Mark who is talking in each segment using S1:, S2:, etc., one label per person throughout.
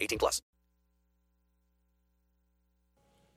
S1: 18 plus.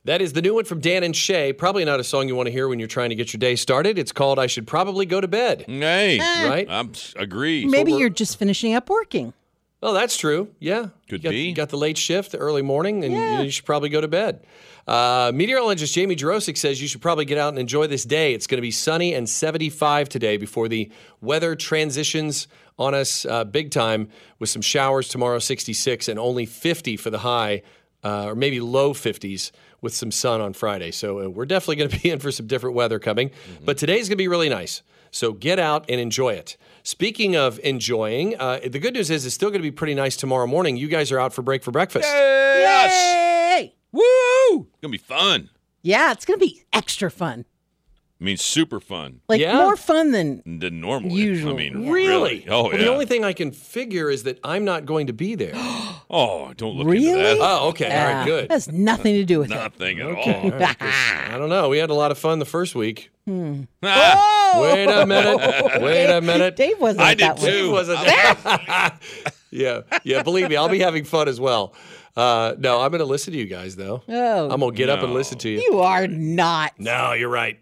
S2: That is the new one from Dan and Shay. Probably not a song you want to hear when you're trying to get your day started. It's called "I Should Probably Go to Bed."
S3: Hey,
S2: Right?
S3: I'm s- agree.
S4: Maybe you're just finishing up working.
S2: Well, that's true. Yeah,
S3: Could
S2: you got,
S3: be.
S2: You got the late shift, the early morning, and you should probably go to bed. Uh, meteorologist Jamie Jurosic says you should probably get out and enjoy this day. It's going to be sunny and 75 today before the weather transitions on us uh, big time with some showers tomorrow, 66, and only 50 for the high, uh, or maybe low 50s with some sun on Friday. So uh, we're definitely going to be in for some different weather coming. But today's going to be really nice. So get out and enjoy it. Speaking of enjoying, uh, the good news is it's still going to be pretty nice tomorrow morning. You guys are out for break for breakfast.
S3: yes.
S4: Yay!
S3: Woo! Gonna be fun.
S4: Yeah, it's going to be extra fun.
S3: I mean, super fun
S4: Like
S2: Yeah.
S4: more fun than
S3: than normal. I
S4: Usual.
S3: mean,
S4: Yeah.
S3: really? Oh
S2: Well,
S3: yeah.
S2: The only thing I can figure is that I'm not going to be there.
S3: oh, don't look into
S4: really.
S3: that.
S2: oh, okay. All
S4: Yeah,
S2: right. Good.
S4: Has nothing to do with it.
S3: Nothing at
S2: Okay.
S3: all.
S2: all right, 'cause I don't know. We had a lot of fun the first week.
S4: Oh!
S3: Ah,
S2: Wait a minute. Wait a minute.
S4: Dave wasn't.
S3: I
S4: at that
S3: did
S4: one.
S3: too.
S2: He wasn't yeah, yeah. Believe me, I'll be having fun as well. Uh, no, I'm going to listen to you guys though.
S4: Oh.
S2: I'm going to get up and listen to you.
S4: You are not.
S2: No, you're right.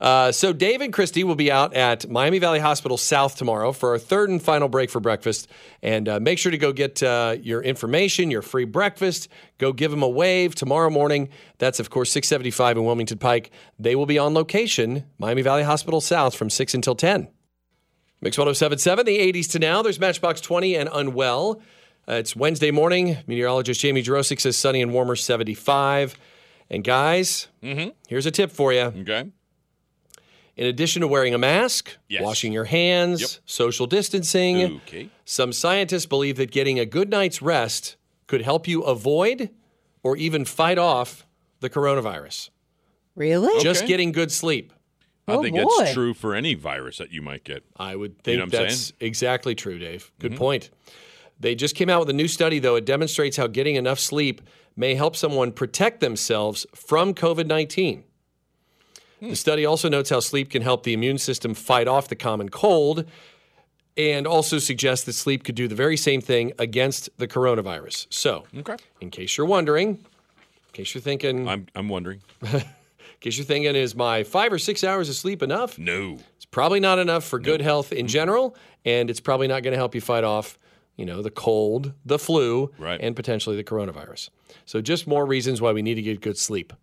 S2: Uh, so Dave and Christy will be out at Miami Valley Hospital South tomorrow for our third and final break for breakfast. And uh, make sure to go get uh, your information, your free breakfast. Go give them a wave tomorrow morning. That's of course 675 in Wilmington Pike. They will be on location, Miami Valley Hospital South, from six until ten. Mix 1077, the 80s to now. There's Matchbox 20 and Unwell. Uh, it's Wednesday morning. Meteorologist Jamie Jurosic says sunny and warmer 75. And guys, here's a tip for you.
S3: okay.
S2: In addition to wearing a mask,
S3: Yes.
S2: washing your hands,
S3: Yep.
S2: social distancing,
S3: Okay.
S2: some scientists believe that getting a good night's rest could help you avoid or even fight off the coronavirus.
S4: Really?
S2: Just
S3: Okay.
S2: getting good sleep.
S3: I
S4: Oh,
S3: think
S4: boy.
S3: that's true for any virus that you might get.
S2: I would
S3: You
S2: think
S3: know what I'm
S2: that's
S3: saying? Mm-hmm.
S2: exactly true, Dave. Good point. They just came out with a new study, though. It demonstrates how getting enough sleep may help someone protect themselves from COVID 19. The study also notes how sleep can help the immune system fight off the common cold and also suggests that sleep could do the very same thing against the coronavirus. So,
S3: Okay.
S2: in case you're wondering, in case you're thinking, in
S3: I'm I'm wondering.
S2: case you're thinking, is my five or six hours of sleep enough?
S3: No.
S2: It's probably not enough for good health in general, and it's probably not going to help you fight off, you know, the cold, the flu,
S3: Right.
S2: and potentially the coronavirus. So just more reasons why we need to get good sleep.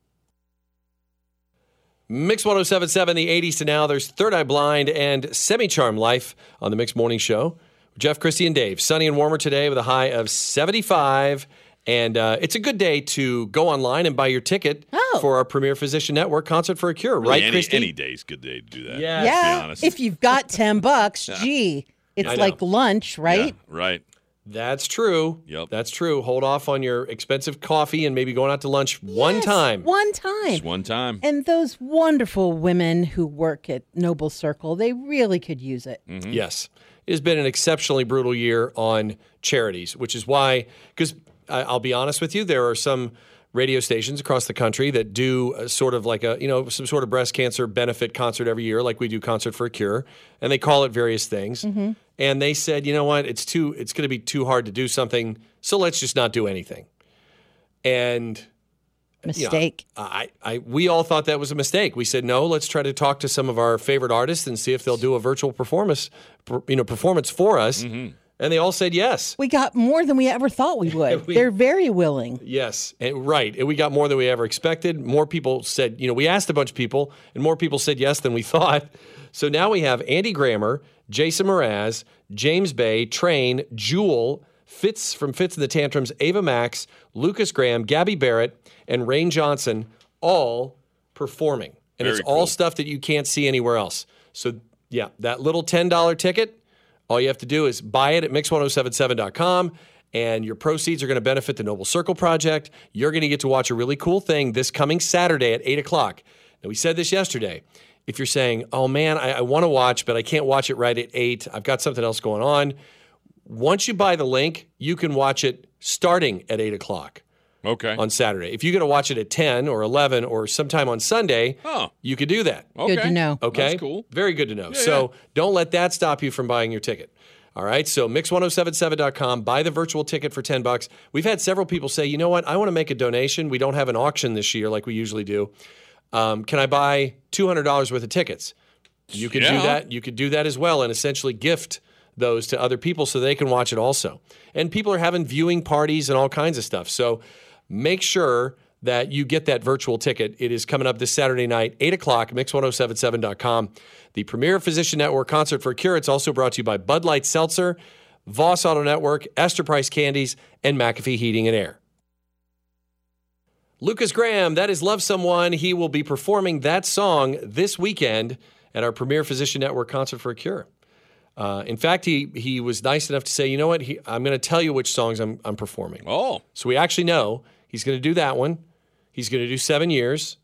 S2: Mix 1077, the 80s to now. There's Third Eye Blind and Semi Charm Life on the Mix Morning Show. Jeff, Christy, and Dave. Sunny and warmer today with a high of 75. And uh, it's a good day to go online and buy your ticket
S4: Oh.
S2: for our Premier Physician Network Concert for a Cure, right,
S3: any,
S2: Christy?
S3: any day's a good day to do that.
S2: Yeah.
S3: let's
S4: yeah.
S3: Be honest.
S4: If you've got ten bucks, gee,
S2: I
S4: it's
S2: know.
S4: like lunch,
S3: Yeah,
S4: right?
S3: right.
S2: That's true.
S3: Yep.
S2: That's true. Hold off on your expensive coffee and maybe going out to lunch one
S4: Yes,
S2: time.
S4: One time.
S3: Just one time.
S4: And those wonderful women who work at Noble Circle, they really could use it.
S2: Mm. Yes. It has been an exceptionally brutal year on charities, which is why, because I'll be honest with you, there are some radio stations across the country that do a sort of like a, you know, some sort of breast cancer benefit concert every year, like we do Concert for a Cure, and they call it various things.
S4: Mm-hmm.
S2: And they said, you know what, it's too, it's going to be too hard to do something, so let's just not do anything. And you know,
S4: Mistake.
S2: I, I, we all thought that was a mistake. We said no. Let's try to talk to some of our favorite artists and see if they'll do a virtual performance, per- you know, performance for us. And they all said yes,
S4: We got more than we ever thought we would. They're very willing.
S2: yes, and right. And we got more than we ever expected. More people said, you know, we asked a bunch of people, and more people said yes than we thought. So now we have Andy Grammer, Jason Mraz, James Bay, Train, Jewel, Fitz from Fitz and the Tantrums, Ava Max, Lucas Graham, Gabby Barrett, and Rain Johnson all performing. And it's
S3: Very
S2: all
S3: cool.
S2: stuff that you can't see anywhere else. So, oh yeah, that little $10 ticket, all you have to do is buy it at mix1077.com and your proceeds are going to benefit the Noble Circle Project. You're going to get to watch a really cool thing this coming Saturday at 8 o'clock. Now, we said this yesterday. If you're saying, oh man, I, I want to watch, but I can't watch it right at 8, I've got something else going on. Once you buy the link, you can watch it starting at 8 o'clock
S3: Okay.
S2: on Saturday. If you're going to watch it at 10 or 11 or sometime on Sunday,
S3: Huh.
S2: you could do that.
S3: okay.
S4: Good to know.
S2: Okay.
S3: That's cool.
S2: Very good to know. so don't let that stop you from buying your ticket. All right. So mix1077.com, buy the virtual ticket for 10 bucks. We've had several people say, you know what? I want to make a donation. We don't have an auction this year like we usually do. Um, can I buy $200 worth of tickets? You could do
S3: Yeah.
S2: that. You could do that as well and essentially gift those to other people so they can watch it also. And people are having viewing parties and all kinds of stuff. So make sure that you get that virtual ticket. It is coming up this Saturday night, 8 o'clock, mix1077.com. The Premier Physician Network Concert for a Cure. It's also brought to you by Bud Light Seltzer, Voss Auto Network, Esther Price Candies, and McAfee Heating and Air. Lucas Graham, that is Love Someone. He will be performing that song this weekend at our Premier Physician Network Concert for a Cure. Uh, in fact, he, he was nice enough to say, you know what, he, I'm going to tell you which songs I'm, I'm performing.
S3: Oh,
S2: So we actually know he's going to do that one. He's going to do Seven Years,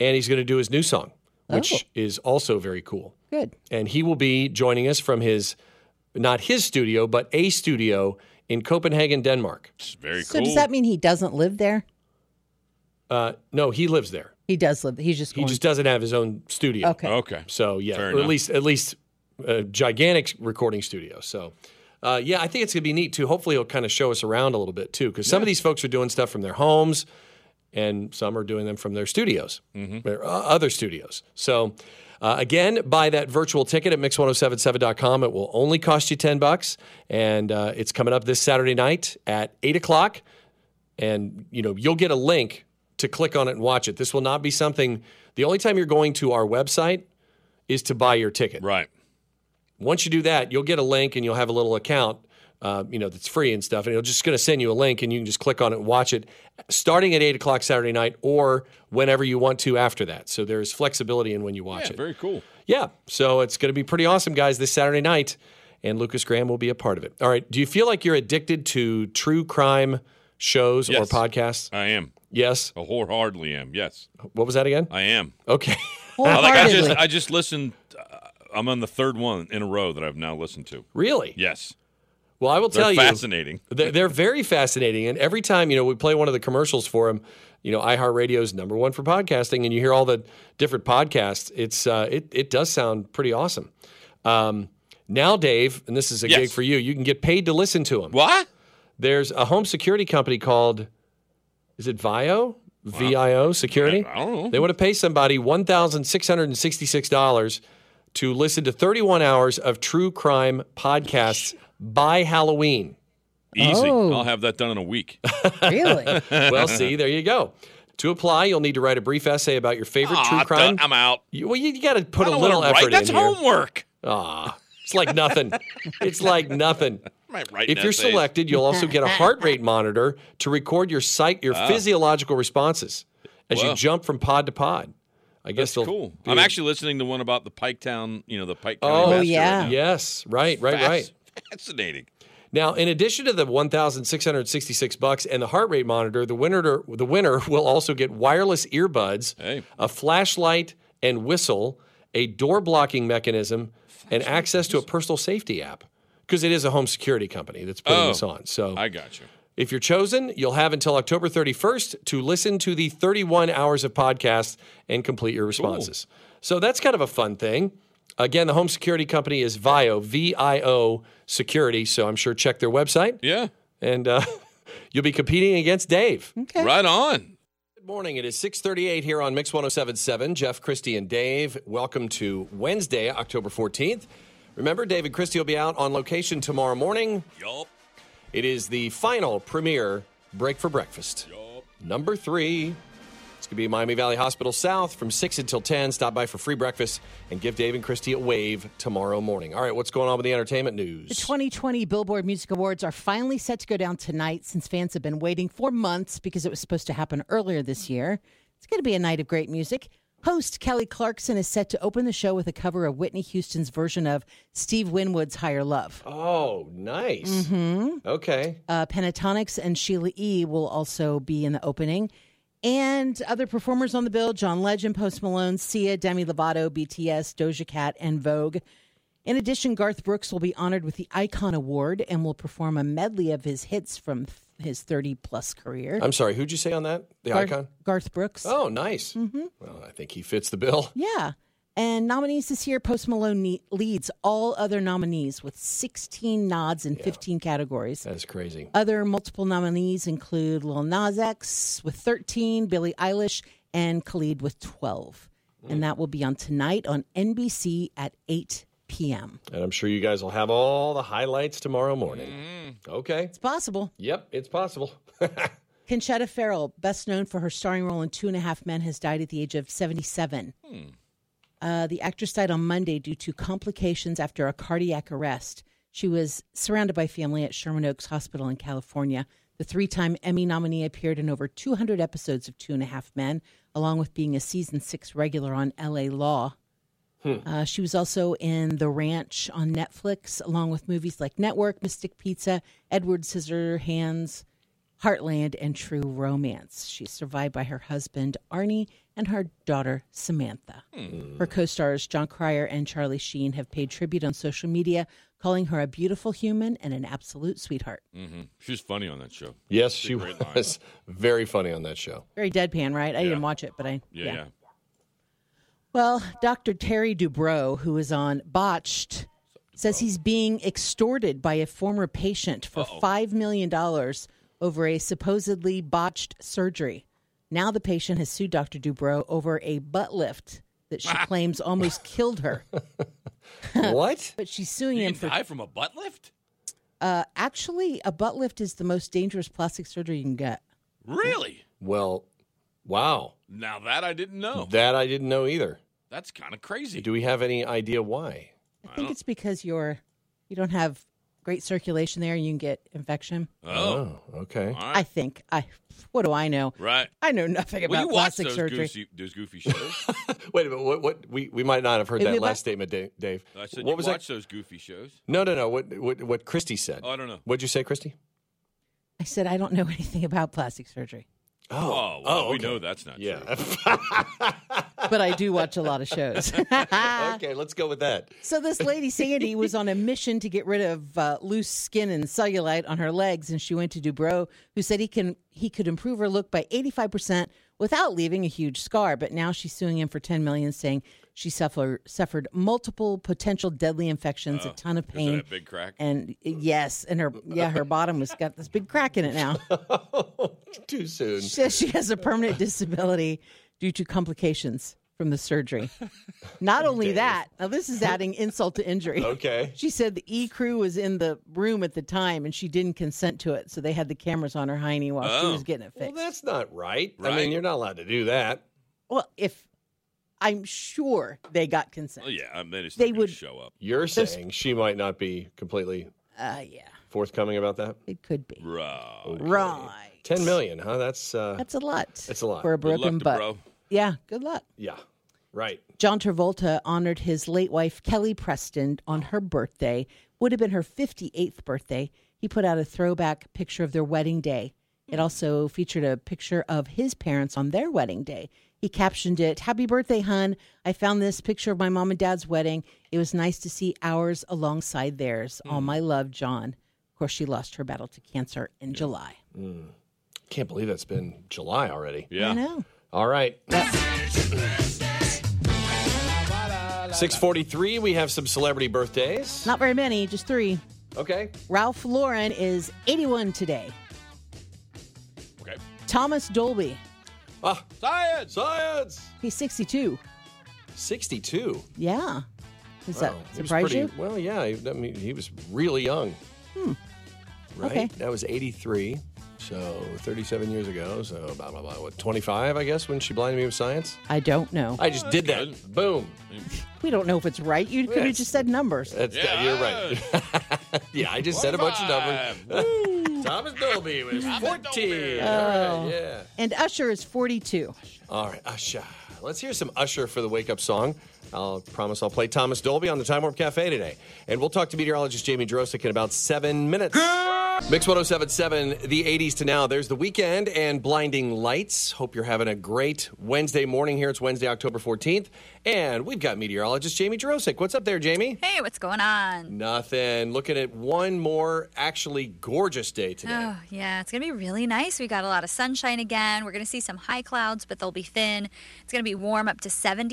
S2: and he's going to do his new song, which
S4: Oh.
S2: is also very cool.
S4: Good.
S2: And he will be joining us from his, not his studio, but a studio in Copenhagen, Denmark.
S3: it's very
S4: So
S3: cool.
S4: does that mean he doesn't live there?
S2: Uh, no, he lives there.
S4: He does live. He's just
S2: He
S4: going.
S2: just doesn't have his own studio.
S4: Oh, okay.
S3: okay.
S2: So yeah,
S3: Fair
S2: or at
S3: enough.
S2: least at least a gigantic recording studio. So uh, yeah, I think it's gonna be neat too. Hopefully, he'll kind of show us around a little bit too, because some of these folks are doing stuff from their homes, and some are doing them from their studios, their uh, other studios. So. Uh, again, buy that virtual ticket at mix1077.com. It will only cost you 10 bucks, and uh, it's coming up this Saturday night at 8 o'clock and you know you'll get a link to click on it and watch it. This will not be something. The only time you're going to our website is to buy your ticket.
S3: Right.
S2: Once you do that, you'll get a link and you'll have a little account, uh, you know, that's free and stuff, and it's just going to send you a link and you can just click on it and watch it, starting at eight o'clock Saturday night or whenever you want to after that. So there's flexibility in when you watch
S3: Yeah,
S2: it.
S3: very cool.
S2: Yeah. So it's going to be pretty awesome, guys, this Saturday night. And Lucas Graham will be a part of it. All right. Do you feel like you're addicted to true crime shows
S3: Yes.
S2: or podcasts?
S3: I am.
S2: Yes.
S3: I wholeheartedly am. Yes,
S2: What was that again?
S3: I am.
S2: Okay.
S3: Oh, I, like, I
S4: Wholeheartedly.
S3: just I just listened. Uh, I'm on the third one in a row that I've now listened to.
S2: really?
S3: Yes,
S2: Well, I will
S3: they're
S2: tell you.
S3: fascinating.
S2: They're, they're very fascinating. And every time, you know, we play one of the commercials for them, you know, iHeartRadio's number one for podcasting, and you hear all the different podcasts, it's uh, it, it does sound pretty awesome. Um, now, Dave, and this is a
S3: Yes.
S2: gig for you, you can get paid to listen to them.
S3: What?
S2: There's a home security company called, is it Vio? VIO Security?
S3: I don't know.
S2: They want to pay somebody $1,666 to listen to 31 hours of true crime podcasts by Halloween.
S3: Easy.
S4: Oh.
S3: I'll have that done in a week.
S4: really?
S2: well, see, there you go. To apply, you'll need to write a brief essay about your favorite
S3: Ah,
S2: true crime.
S3: duh, I'm out.
S2: You- well, you got to put
S3: I
S2: a
S3: don't
S2: little
S3: wanna
S2: effort
S3: write. That's
S2: in here.
S3: homework.
S2: Ah, it's like nothing. it's like nothing.
S3: I might write
S2: If you're
S3: essays.
S2: selected, you'll also get a heart rate monitor to record your psych, your physiological responses as you
S3: Oh. Whoa.
S2: jump from pod to pod. I
S3: That's
S2: guess they'll
S3: cool.
S2: do-
S3: I'm actually listening to one about the Pike Town, you know, the Pike County
S2: Oh,
S3: Massacre
S4: yeah.
S3: right now.
S2: Yes, right, right,
S3: Fasc-
S2: right.
S3: Fascinating.
S2: Now, in addition to the 1666 bucks and the heart rate monitor, the winner the winner will also get wireless earbuds,
S3: Hey.
S2: a flashlight and whistle, a door blocking mechanism, and access to a personal safety app because it is a home security company that's putting
S3: Oh.
S2: this on. So
S3: I got you.
S2: if you're chosen, you'll have until October 31st to listen to the 31 hours of podcasts and complete your responses. So that's kind of a fun thing. Again, the home security company is VIO, V I O Security. So I'm sure check their website
S3: Yeah.
S2: and uh, you'll be competing against Dave.
S5: Mm.
S4: Okay.
S3: Right on.
S2: Good morning. It is 638 here on Mix 1077. Jeff, Christy, and Dave, welcome to Wednesday, October 14th. Remember, Dave and Christy will be out on location tomorrow morning.
S3: Yup.
S2: It is the final premiere break for breakfast. Number three. It's going to be Miami Valley Hospital South from 6 until 10. Stop by for free breakfast and give Dave and Christy a wave tomorrow morning. All right, what's going on with the entertainment news?
S4: The 2020 Billboard Music Awards are finally set to go down tonight since fans have been waiting for months because it was supposed to happen earlier this year. It's going to be a night of great music. Host Kelly Clarkson is set to open the show with a cover of Whitney Houston's version of Steve Winwood's Higher Love.
S2: Oh, nice. Okay.
S4: Uh, Pentatonics and Sheila E. will also be in the opening. And other performers on the bill John Legend, Post Malone, Sia, Demi Lovato, BTS, Doja Cat, and Vogue. In addition, Garth Brooks will be honored with the Icon Award and will perform a medley of his hits from th- his 30 plus career.
S2: I'm sorry. Who'd you say on that? The
S4: Garth-
S2: icon.
S4: Garth Brooks.
S2: Oh, nice.
S4: Mm-hmm.
S2: Well, I think he fits the bill.
S4: Yeah. And nominees this year, Post Malone ne- leads all other nominees with 16 nods in 15 categories.
S2: That is crazy.
S4: Other multiple nominees include Lil Nas X with 13, Billie Eilish, and Khalid with 12. And that will be on tonight on NBC at 8 p.m.
S2: And I'm sure you guys will have all the highlights tomorrow morning. Okay.
S4: It's possible.
S2: Yep, it's possible.
S4: Conchetta Farrell, best known for her starring role in Two and a Half Men, has died at the age of 77. Uh, the actress died on Monday due to complications after a cardiac arrest. She was surrounded by family at Sherman Oaks Hospital in California. The three time Emmy nominee appeared in over 200 episodes of Two and a Half Men, along with being a season six regular on LA Law. Uh, she was also in The Ranch on Netflix, along with movies like Network, Mystic Pizza, Edward Scissorhands, Heartland, and True Romance. She's survived by her husband, Arnie, and her daughter, Samantha.
S3: Hmm.
S4: Her co stars, John Cryer and Charlie Sheen, have paid tribute on social media, calling her a beautiful human and an absolute sweetheart.
S3: Hmm. She was funny on that show.
S2: yes, she
S3: great line.
S2: was very funny on that show.
S4: Very deadpan, right? I didn't watch it, but I.
S3: Yeah, yeah.
S4: Well, Dr. Terry Dubrow, who is on Botched, says he's being extorted by a former patient for $5 million over a supposedly botched surgery. Now the patient has sued Dr. Dubrow over a butt lift that she claims almost killed her.
S2: what?
S4: But she's suing
S5: You
S4: him
S5: can
S4: for uh,
S5: die from a butt lift?
S4: actually a butt lift is the most dangerous plastic surgery you can get.
S5: Really?
S2: Well, wow.
S5: Now that I didn't
S3: Oh.
S5: know.
S2: That I didn't know either.
S5: That's kind of crazy.
S2: Do we have any idea why?
S4: I think it's because you're you don't have great circulation there and you can get infection.
S5: Oh,
S2: Okay.
S4: I think I what do I know?
S5: right.
S4: I know nothing about
S5: Well, you watch
S4: plastic
S5: those
S4: surgery.
S5: goofy, those goofy shows.
S2: Wait a minute. What? What? We, we might not have heard
S4: It'd be
S2: that
S4: about-
S2: last statement, Da- Dave.
S3: I said
S2: what
S3: you
S2: was
S3: watch
S2: that?
S3: those goofy shows.
S2: No, no, no. What? What? What? Christy said.
S3: Oh, I don't know.
S2: What'd you say, Christy?
S4: I said, I don't know anything about plastic surgery,
S3: Oh, well, we
S2: okay.
S3: know that's not true.
S2: Yeah.
S4: but I do watch a lot of shows.
S2: okay. Let's go with that.
S4: so, this lady, Sandy, was on a mission to get rid of uh, loose skin and cellulite on her legs, and she went to Dubrow, who said he, can, he could improve her look by 85% without leaving a huge scar. But now she's suing him for $10 million, saying she suffer, suffered multiple potential deadly infections, a ton of
S3: Is
S4: pain.
S3: that a big crack?
S4: and yes, and her yeah, her bottom was got this big crack in it now.
S2: Too soon.
S4: She says she has a permanent disability due to complications from the surgery. Not only that, now this is adding insult to injury.
S2: Okay.
S4: She said the E crew was in the room at the time and she didn't consent to it, so they had the cameras on her hiney while she was getting it
S2: Well,
S4: fixed. Well,
S2: that's not right. I
S3: Right.
S2: mean, you're not allowed to do that.
S4: if I'm sure they got consent.
S3: Oh, yeah, I mean, they just
S4: They
S3: not gonna
S4: would-
S3: show up.
S2: You're saying she might not be completely
S4: Uh, yeah,
S2: forthcoming about that.
S4: it could be.
S3: Bro.
S4: Right.
S2: Ten million, huh? That's uh,
S4: That's a lot.
S2: That's a lot.
S4: For a
S3: Good luck
S4: broken
S3: to
S4: butt.
S3: bro.
S4: Yeah, good luck.
S2: yeah, right.
S4: John Travolta honored his late wife Kelly Preston on her birthday, would have been her 58th birthday. He put out a throwback picture of their wedding day. It also featured a picture of his parents on their wedding day. He captioned it, "Happy birthday, hun. I found this picture of my mom and dad's wedding. It was nice to see ours alongside theirs. All my love, John." Of course, she lost her battle to cancer in July.
S2: Can't believe that's been July already.
S4: I
S3: Yeah.
S4: know.
S2: All right. 643, we have some celebrity birthdays.
S4: Not very many, just 3.
S2: Okay.
S4: Ralph Lauren is 81 today.
S3: Okay.
S4: Thomas Dolby,
S2: Ah,
S3: Science.
S2: science!
S4: he's 62.
S2: 62.
S4: Yeah. Does
S2: Wow.
S4: that
S2: He was
S4: surprise
S2: pretty-
S4: you?
S2: Well, yeah. I mean, he was really young. Hmm. Right?
S4: Okay.
S2: That was 83. So 37 years ago. So blah, blah, blah. What, 25, I guess, when she blinded me with science?
S4: I don't know.
S2: I just did that. Boom.
S4: we don't know if it's right. You could have
S2: Yes.
S4: just said numbers.
S2: That's,
S3: Yeah.
S2: You're right. yeah, I just said a bunch of numbers.
S3: Five.
S2: Thomas Dolby was 14.
S3: Dolby.
S2: All right, yeah.
S4: And Usher is 42.
S2: All right, Usher. Let's hear some Usher for the wake up song. I'll promise I'll play Thomas Dolby on the Time Warp Cafe today. And we'll talk to meteorologist Jamie Drosick in about seven minutes. Mix 1077, the 80s to now. There's the weekend and blinding lights. Hope you're having a great Wednesday morning here. It's Wednesday, October 14th. And we've got meteorologist Jamie Drosick. What's up there, Jamie?
S6: Hey, what's going on?
S2: Nothing. Looking at one more actually gorgeous day today.
S6: Oh, yeah, it's going to be really nice. We got a lot of sunshine again. We're going to see some high clouds, but they'll be thin. It's going to be warm up to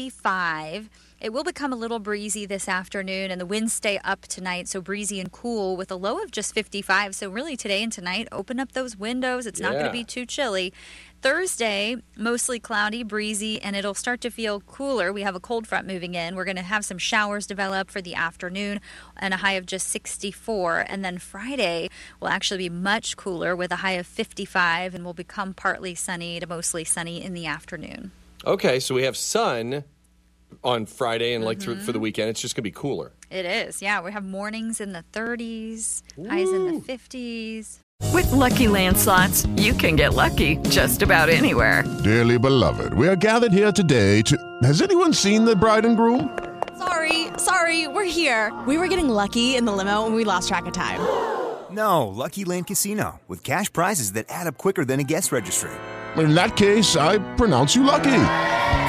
S6: 75. It will become a little breezy this afternoon, and the winds stay up tonight, so breezy and cool with a low of just 55. So, really, today and tonight, open up those windows. It's not going
S2: Yeah.
S6: to be too chilly. Thursday, mostly cloudy, breezy, and it'll start to feel cooler. We have a cold front moving in. We're going to have some showers develop for the afternoon and a high of just 64. And then Friday will actually be much cooler with a high of 55 and will become partly sunny to mostly sunny in the afternoon.
S2: Okay, so we have sun on Friday and like through for the
S6: Mm-hmm.
S2: weekend. It's just going to be cooler.
S6: It is. Yeah, we have mornings in the 30s, highs in the 50s.
S7: With Lucky Land slots, you can get lucky just about anywhere.
S8: Dearly beloved, we are gathered here today to. Has anyone seen the bride and groom?
S9: Sorry, sorry, we're here. We were getting lucky in the limo and we lost track of time.
S10: No, Lucky Land Casino, with cash prizes that add up quicker than a guest registry.
S8: In that case, I pronounce you lucky.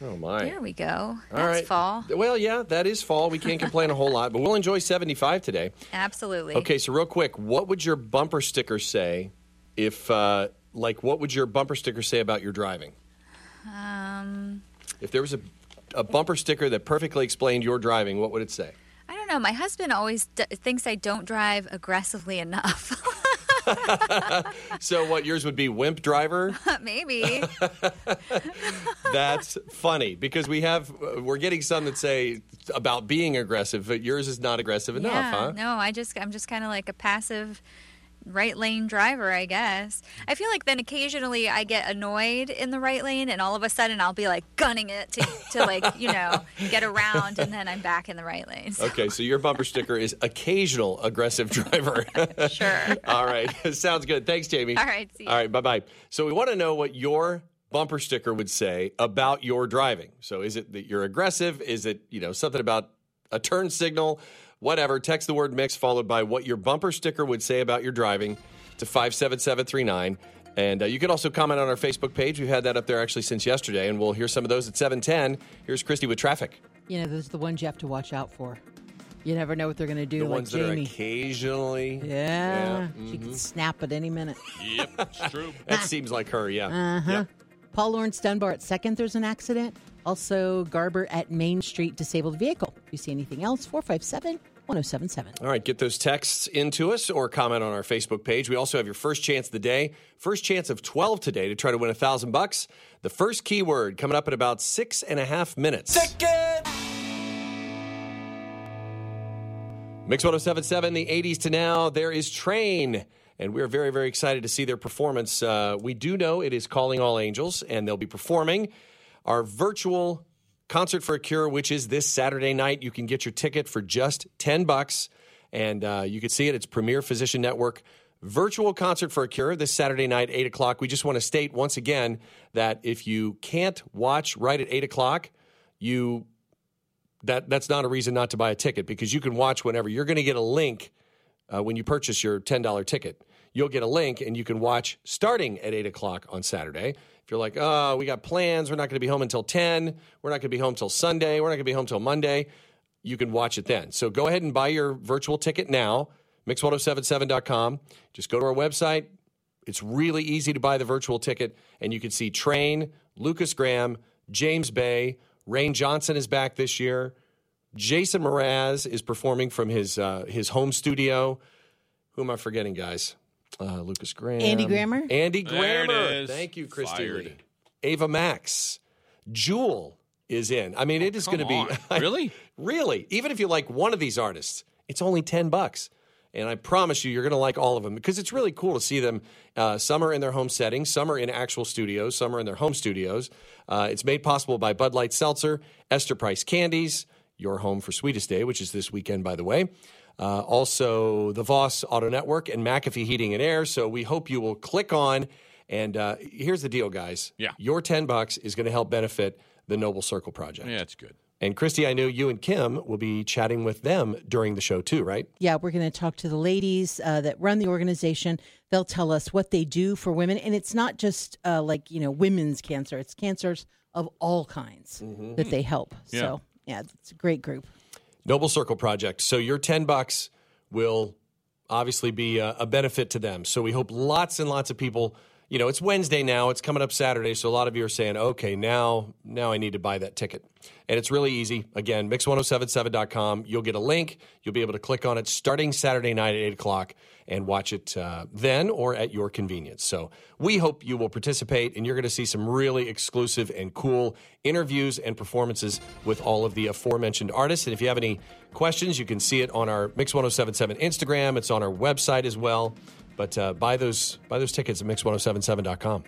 S2: Oh, my.
S6: There we go.
S2: All
S6: That's
S2: right.
S6: fall.
S2: Well, yeah, that is fall. We can't complain a whole lot, but we'll enjoy 75 today.
S6: Absolutely.
S2: Okay, so real quick, what would your bumper sticker say if, uh, like, what would your bumper sticker say about your driving?
S6: Um,
S2: If there was a, a bumper sticker that perfectly explained your driving, what would it say?
S6: I don't know. My husband always d- thinks I don't drive aggressively enough.
S2: So, what yours would be, wimp driver?
S6: Maybe.
S2: That's funny because we have, uh, we're getting some that say about being aggressive, but yours is not aggressive enough,
S6: yeah.
S2: huh?
S6: No, I just I'm just kind of like a passive right lane driver, I guess. I feel like then occasionally I get annoyed in the right lane and all of a sudden I'll be like gunning it to, to like, you know, get around and then I'm back in the right lane. So,
S2: Okay, so your bumper sticker is occasional aggressive driver.
S6: sure.
S2: All right. Sounds good. Thanks, Jamie.
S6: All right, see ya.
S2: All right. Bye bye. So, we want to know what your bumper sticker would say about your driving. So, is it that you're aggressive? Is it, you know, something about a turn signal? Whatever. Text the word mix followed by what your bumper sticker would say about your driving to 57739. And uh, you can also comment on our Facebook page. We've had that up there actually since yesterday, and we'll hear some of those at 710. Here's Christy with traffic.
S4: You know, those are the ones you have to watch out for. You never know what they're going to do,
S2: The
S4: like
S2: ones that are
S4: Jamie.
S2: occasionally.
S4: yeah,
S2: Yeah. Mm-hmm.
S4: she could snap at any minute.
S5: Yep, it's true.
S2: That seems like her, yeah.
S4: Uh-huh.
S2: Yep.
S4: Paul Lawrence Dunbar at second, there's an accident. Also, Garber at Main Street, disabled vehicle. If you see anything else, 457 1077.
S2: All right, get those texts into us or comment on our Facebook page. We also have your first chance of the day, first chance of 12 today to try to win a thousand bucks. The first keyword coming up in about six and a half minutes. Mix 1077, the 80s to now, there is Train. And we're very, very excited to see their performance. Uh, we do know it is Calling All Angels, and they'll be performing our virtual concert for a cure, which is this Saturday night. You can get your ticket for just 10 bucks, and uh, you can see it. It's Premier Physician Network. Virtual concert for a cure this Saturday night, 8 o'clock. We just want to state once again that if you can't watch right at 8 o'clock, you that that's not a reason not to buy a ticket because you can watch whenever. You're going to get a link uh, when you purchase your ten dollar ticket. You'll get a link and you can watch starting at eight o'clock on Saturday. If you're like, oh, we got plans. We're not going to be home until ten. We're not going to be home till Sunday. We're not going to be home till Monday. You can watch it then. So go ahead and buy your virtual ticket now. Mix1077.com. Just go to our website. It's really easy to buy the virtual ticket, and you can see Train, Lucas Graham, James Bay, Rain Johnson is back this year. Jason Mraz is performing from his uh, his home studio. Who am I forgetting, guys? Uh, Lucas Graham,
S4: Andy Grammer?
S2: Andy
S5: There it
S2: Grammer.
S5: is.
S2: Thank you, Christy.
S5: Fired.
S2: Lee. Ava Max, Jewel is in. I mean, it
S5: Oh,
S2: is going to be really, really. Even if you like one of these artists, it's only ten bucks, and I promise you, you're going to like all of them because it's really cool to see them. Uh, some are in their home settings, some are in actual studios, some are in their home studios. Uh, it's made possible by Bud Light Seltzer, Esther Price Candies, Your Home for Sweetest Day, which is this weekend, by the way. Uh, also, the Voss Auto Network and McAfee Heating and Air. So we hope you will click on. And uh, here's the deal, guys. Yeah. Your 10 bucks is going to help benefit the Noble Circle Project.
S5: Yeah, it's good.
S2: And Christy, I know you and Kim will be chatting with them during the show too, right?
S4: Yeah, we're going to talk to the ladies uh, that run the organization. They'll tell us what they do for women, and it's not just uh, like you know women's cancer; it's cancers of all kinds that they help.
S2: Yeah.
S4: So yeah, it's a great group.
S2: Noble Circle Project. So your 10 bucks will obviously be a, a benefit to them. So we hope lots and lots of people, you know, it's Wednesday now, it's coming up Saturday, so a lot of you are saying, "Okay, now now I need to buy that ticket." And it's really easy. Again, mix1077.com. You'll get a link. You'll be able to click on it starting Saturday night at 8 o'clock and watch it uh, then or at your convenience. So we hope you will participate and you're going to see some really exclusive and cool interviews and performances with all of the aforementioned artists. And if you have any questions, you can see it on our Mix 1077 Instagram. It's on our website as well. But uh, buy those buy those tickets at mix1077.com.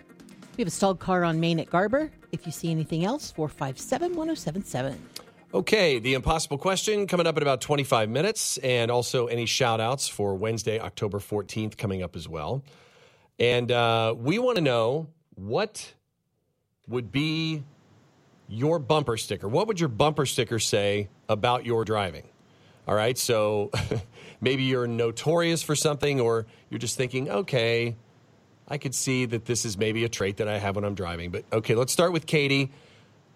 S4: We have a stalled car on Main at Garber. If you see anything else, 457 1077.
S2: Okay, the impossible question coming up in about 25 minutes, and also any shout outs for Wednesday, October 14th, coming up as well. And uh, we want to know what would be your bumper sticker? What would your bumper sticker say about your driving? All right, so maybe you're notorious for something, or you're just thinking, okay, I could see that this is maybe a trait that I have when I'm driving. But okay, let's start with Katie.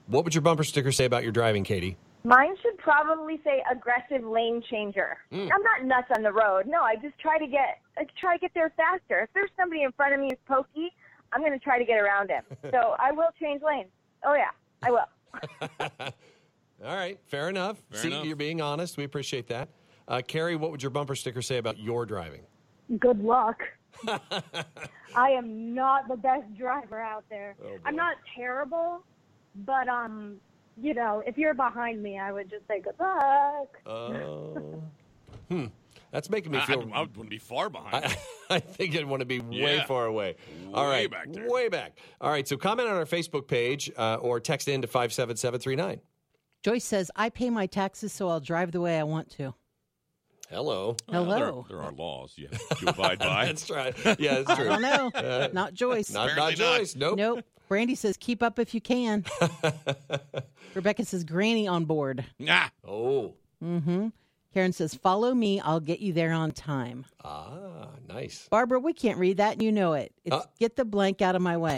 S2: What would your bumper sticker say about your driving, Katie?
S11: Mine should probably say aggressive lane changer.
S9: Mm.
S11: I'm not nuts on the road. No, I just try to get I try to get there faster. If there's somebody in front of me who's pokey, I'm going to try to get around him. so I will change lanes. Oh yeah, I will.
S2: All right, fair enough.
S5: Fair
S2: See,
S5: enough.
S2: you're being honest. We appreciate that. Uh, Carrie, what would your bumper sticker say about your driving?
S12: Good luck. I am not the best driver out there.
S9: Oh,
S12: I'm not terrible, but um, you know, if you're behind me, I would just say good luck.
S2: Oh, hmm. That's making me
S5: I,
S2: feel.
S5: I, I wouldn't be far behind.
S2: I, I think I'd want to be way
S5: Yeah.
S2: far away. All
S5: Way
S2: right,
S5: back
S2: way back. All right, so comment on our Facebook page uh, or text in to five seven seven three nine.
S4: Joyce says, I pay my taxes, so I'll drive the way I want to.
S2: Hello.
S4: Hello. Well,
S5: there, there are laws you have to abide by.
S2: that's right. Yeah, that's true.
S4: I don't know.
S2: Uh,
S4: not Joyce.
S2: Not- not Apparently not. Joyce. Nope.
S4: Nope. Brandy says, keep up if you can. Rebecca says, Granny on board.
S5: Nah.
S2: Oh.
S4: Mm-hmm. Karen says, follow me. I'll get you there on time.
S2: Ah, nice.
S4: Barbara, we can't read that. and You know it. It's
S2: Uh.
S4: get the blank out of my way.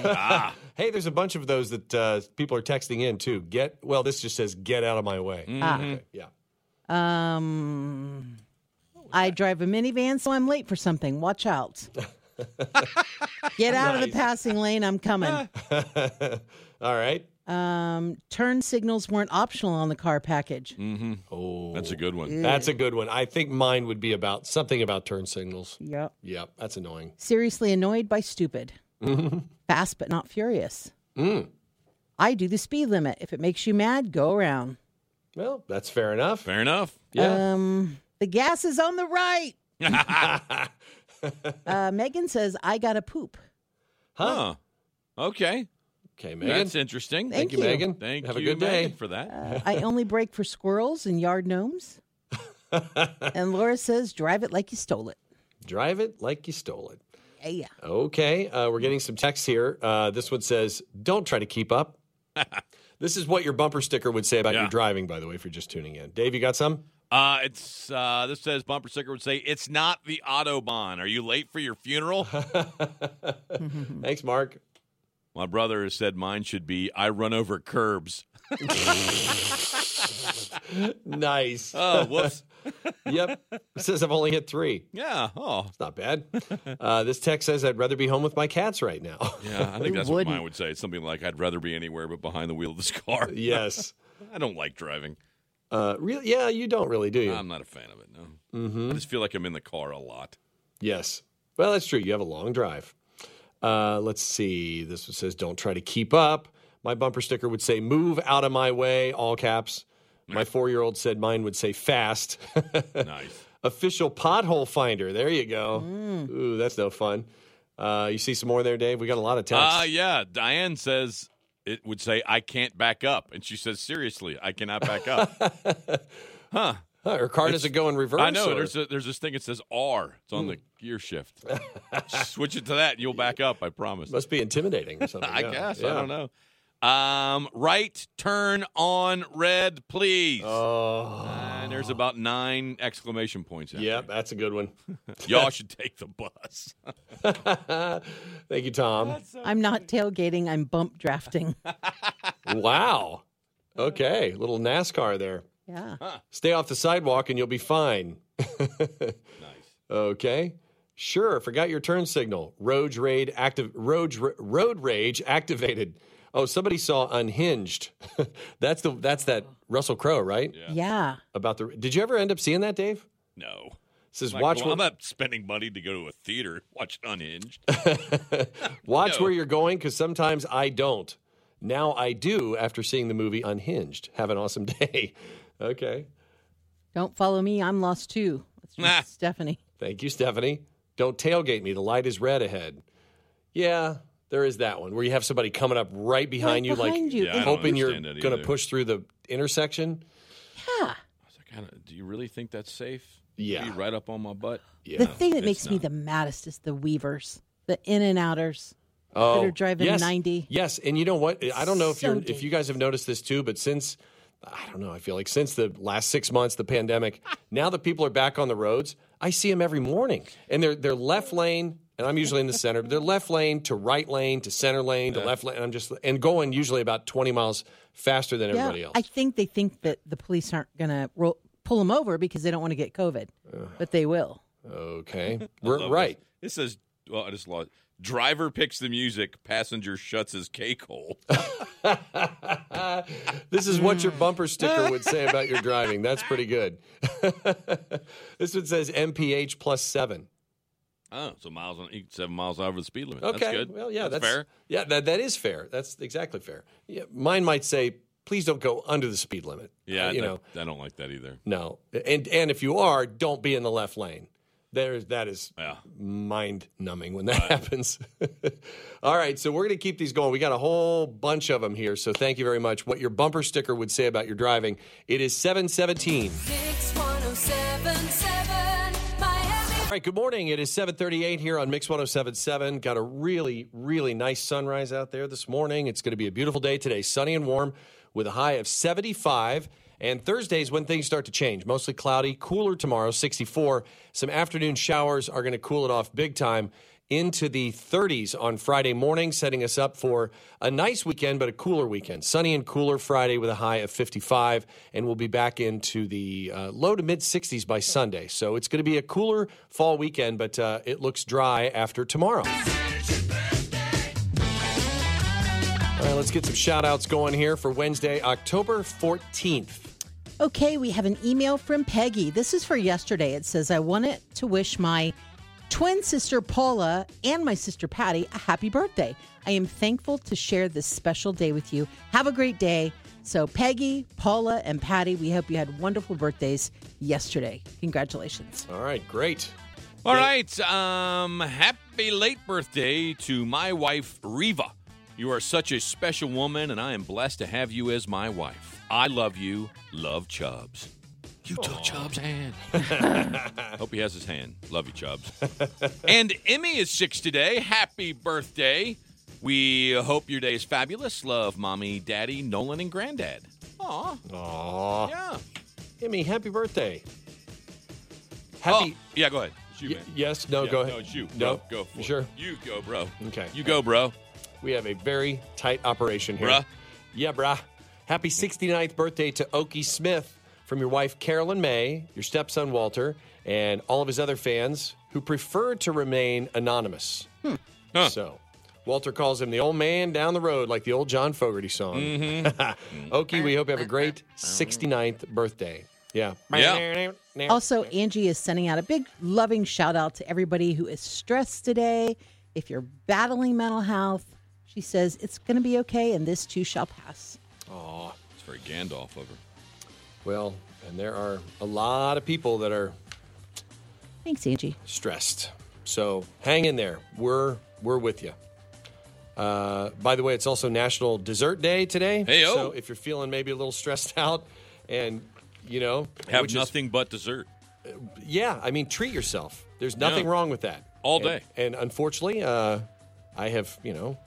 S2: hey, there's a bunch of those that uh, people are texting in too. Get well, this just says get out of my way.
S5: Mm-hmm.
S4: Ah.
S2: Okay, yeah.
S4: Um, I drive a minivan, so I'm late for something. Watch out. Get out of the
S2: Nice.
S4: passing lane. I'm coming.
S2: All right.
S4: Um, turn signals weren't optional on the car package.
S2: Mm-hmm. Oh, that's a good
S4: one.
S2: That's a good one. I think mine would be about something about turn signals.
S4: Yep.
S2: Yep. That's annoying.
S4: Seriously annoyed by stupid. Fast but not furious.
S2: Mm.
S4: I do the speed limit. If it makes you mad, go around.
S2: Well, that's fair enough.
S5: Fair enough.
S2: Yeah.
S4: Um, the gas is on the right. Uh, Megan says, I got to poop.
S5: huh. Okay.
S2: Okay,
S4: Megan.
S5: That's interesting.
S4: Thank Thank you, you. Megan.
S5: Thank
S2: Have a
S5: you,
S2: good day.
S5: Megan, for that.
S4: Uh, I only break for squirrels and yard gnomes. and Laura says, drive it like you stole it.
S2: Drive it like you stole it.
S4: Yeah, yeah.
S2: Okay. Uh, we're getting some texts here. Uh, this one says, don't try to keep up. This is what your bumper sticker would say about your driving, by the way, if you're just tuning in. Dave, you got some?
S5: Uh, it's uh, this says bumper sticker would say it's not the autobahn. Are you late for your funeral? Hmm.
S2: Thanks, Mark.
S5: My brother has said mine should be I run over curbs.
S2: nice.
S5: Oh, whoops.
S2: yep. It says I've only hit three.
S5: Yeah. Oh,
S2: It's not bad. Uh, this text says I'd rather be home with my cats right now.
S5: yeah. I think that's what mine would say. It's something like I'd rather be anywhere but behind the wheel of this car.
S2: Yes.
S5: I don't like driving.
S2: Uh, really? Yeah, you don't really, do you?
S5: I'm not a fan of it. No.
S2: Mhm.
S5: I just feel like I'm in the car a lot.
S2: Yes. Well, that's true. You have a long drive. Uh, let's see. This one says, "Don't try to keep up." My bumper sticker would say, "Move out of my way," all caps. My four-year-old said mine would say, "Fast."
S5: nice.
S2: Official pothole finder. There you go. Ooh, that's no fun. Uh, you see some more there, Dave. We got a lot of text.
S5: Uh, yeah. Diane says it would say I can't back up, and she says seriously, I cannot back up. huh?
S2: Huh, her car doesn't go in reverse,
S5: I know.
S2: or-
S5: There's a, there's this thing that says R. It's on
S2: Hmm.
S5: the gear shift. Switch it to that, and you'll back up. I promise.
S2: Must be intimidating or something.
S5: I
S2: yeah.
S5: guess
S2: Yeah.
S5: I don't know. Um, right turn on red, please.
S2: Oh.
S5: And there's about nine exclamation points. out
S2: Yep, that's a good one.
S5: there. Y'all should take the bus.
S2: Thank you, Tom.
S4: I'm not tailgating, I'm bump drafting.
S2: wow. Okay, little NASCAR there.
S4: Yeah.
S2: Stay off the sidewalk and you'll be fine. nice. Okay. Sure. Forgot your turn signal. Road rage active. Road r- road rage activated. Oh, somebody saw Unhinged. that's the that's that Russell Crowe, right?
S4: Yeah.
S2: About the. Did you ever end up seeing that, Dave?
S5: No.
S2: Says
S5: Like,
S2: watch
S5: well,
S2: where-
S5: I'm not spending money to go to a theater. Watch Unhinged.
S2: Watch
S5: No.
S2: where you're going because sometimes I don't. Now I do after seeing the movie Unhinged. Have an awesome day. okay.
S4: Don't follow me, I'm lost too. That's from Stephanie.
S2: Thank you, Stephanie. Don't tailgate me. The light is red ahead. Yeah, there is that one where you have somebody coming up right behind you,
S4: behind
S2: like
S4: you. Yeah, I don't
S2: hoping you're
S5: understand that
S2: going to
S5: either.
S2: push through the intersection.
S5: Kind of, do you really think that's safe?
S2: Yeah.
S5: Be right up on my butt. Yeah.
S4: The thing that makes me the maddest is the weavers, the in and outers that are driving
S2: Oh, yes,
S4: 90.
S2: Yes, and you know what? I don't know if
S4: So
S2: you're if you guys have noticed this too, but since I don't know, I feel like since the last six months, the pandemic, now that people are back on the roads, I see them every morning, and they're they're left lane, and I'm usually in the center, but they're left lane to right lane to center lane to left lane. and I'm just and going usually about 20 miles faster than everybody else.
S4: I think they think that the police aren't going to roll, pull them over because they don't want to get COVID, but they will.
S2: Okay,
S5: I
S2: we're
S5: love
S2: right.
S5: This, this is well, I just lost. Driver picks the music. Passenger shuts his cake hole.
S2: This is what your bumper sticker would say about your driving. That's pretty good. this one says MPH plus seven.
S5: oh, so miles on seven miles over the speed limit.
S2: Okay.
S5: That's good.
S2: Well, yeah, that's,
S5: fair.
S2: Yeah, that, that is fair. That's exactly fair. Yeah, mine might say, please don't go under the speed limit.
S5: Yeah,
S2: Uh, you
S5: that-
S2: know,
S5: I don't like that either.
S2: no. And and if you are, don't be in the left lane. There's that is mind numbing when that happens. All right, so we're going to keep these going. We got a whole bunch of them here, so thank you very much. What your bumper sticker would say about your driving. It is seven seventeen. All right, good morning. It is 738 here on Mix 1077. Got a really, really nice sunrise out there this morning. It's going to be a beautiful day today, sunny and warm with a high of 75. And Thursday's when things start to change. Mostly cloudy, cooler tomorrow, 64. Some afternoon showers are going to cool it off big time into the 30s on Friday morning, setting us up for a nice weekend, but a cooler weekend. Sunny and cooler Friday with a high of 55, and we'll be back into the uh, low to mid 60s by Sunday. So it's going to be a cooler fall weekend, but uh, it looks dry after tomorrow. All right, let's get some shout outs going here for Wednesday, October 14th.
S4: Okay, we have an email from Peggy. This is for yesterday. It says, I wanted to wish my twin sister Paula and my sister Patty a happy birthday. I am thankful to share this special day with you. Have a great day. So, Peggy, Paula, and Patty, we hope you had wonderful birthdays yesterday. Congratulations.
S2: All right, great.
S5: All right. Um, happy late birthday to my wife, Riva. You are such a special woman, and I am blessed to have you as my wife. I love you. Love Chubbs. You took Chubb's hand. Hope he has his hand. Love you, Chubbs. and Emmy is six today. Happy birthday. We hope your day is fabulous. Love, mommy, daddy, Nolan, and granddad. Aw.
S2: Aw.
S5: Yeah.
S2: Emmy, happy birthday.
S5: Happy. Oh, yeah, go ahead. It's you,
S2: Y-
S5: man.
S2: yes, no,
S5: Yeah,
S2: go ahead.
S5: No, it's you.
S2: No,
S5: Bro, go for
S2: you
S5: it.
S2: sure?
S5: You go, bro.
S2: Okay.
S5: You go, bro.
S2: We have a very tight operation here.
S5: Bruh.
S2: Yeah, bruh. Happy 69th birthday to Okie Smith from your wife, Carolyn May, your stepson, Walter, and all of his other fans who preferred to remain anonymous.
S5: Hmm.
S2: So, Walter calls him the old man down the road, like the old John Fogerty song.
S5: Mm-hmm.
S2: Okie, we hope you have a great 69th birthday. Yeah.
S5: Yeah.
S4: Also, Angie is sending out a big loving shout out to everybody who is stressed today. If you're battling mental health, she says it's going to be okay and this too shall pass.
S2: Aw.
S5: It's very Gandalf of her.
S2: Well, and there are a lot of people that are
S4: Thanks, Angie.
S2: stressed. So hang in there. We're we're with you. Uh, by the way, it's also National Dessert Day today.
S5: Hey-o.
S2: So if you're feeling maybe a little stressed out, and you know,
S5: Have
S2: which is-
S5: nothing but dessert.
S2: yeah, I mean, treat yourself. There's nothing
S5: Yeah.
S2: wrong with that.
S5: All
S2: And-
S5: day.
S2: And, unfortunately, uh, I have you know,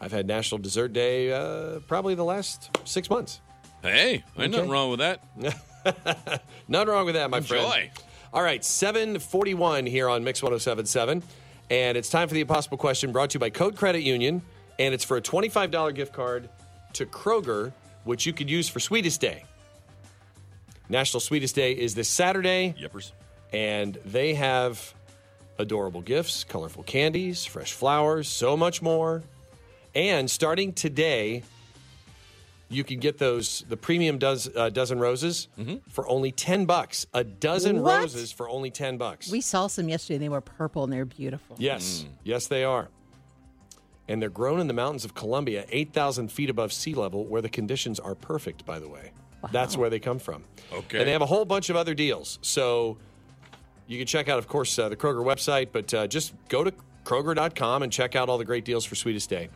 S2: I've had National Dessert Day uh, probably the last six months.
S5: Hey, ain't nothing
S2: Okay.
S5: wrong with that.
S2: Nothing wrong with that, my friend.
S5: Enjoy.
S2: All right, 741 here on Mix 1077. And it's time for the impossible question brought to you by Code Credit Union. And it's for a $25 gift card to Kroger, which you could use for Sweetest Day. National Sweetest Day is this Saturday.
S5: Yippers.
S2: And they have adorable gifts, colorful candies, fresh flowers, so much more. And starting today, you can get those the premium does uh, dozen roses for only 10 bucks. A dozen
S4: Mm-hmm. What?
S2: roses for only 10 bucks.
S4: We saw some yesterday and they were purple and they're beautiful.
S2: Yes. Mm. Yes, they are. And they're grown in the mountains of Colombia, 8,000 feet above sea level, where the conditions are perfect, by the way. That's where they come from.
S5: Okay.
S2: And they have a whole bunch of other deals. So you can check out, of course, uh, the Kroger website, but uh, just go to Kroger.com and check out all the great deals for Sweetest Day.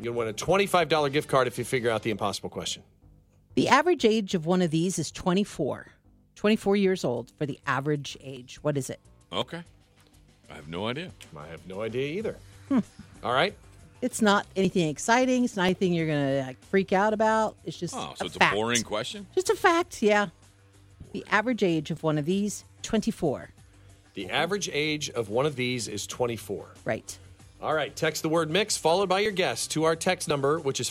S2: You're going to win a $25 gift card if you figure out the impossible question.
S4: The average age of one of these is 24. 24 years old for the average age. What is it?
S5: Okay. I have no idea.
S2: I have no idea either. All right.
S4: It's not anything exciting. It's not anything you're going to like, freak out about. It's just
S5: Oh,
S4: a
S5: so it's
S4: fact.
S5: a boring question?
S4: Just a fact, yeah. The average age of one of these, 24.
S2: The average age of one of these is 24.
S4: Right.
S2: All right, text the word mix followed by your guess to our text number, which is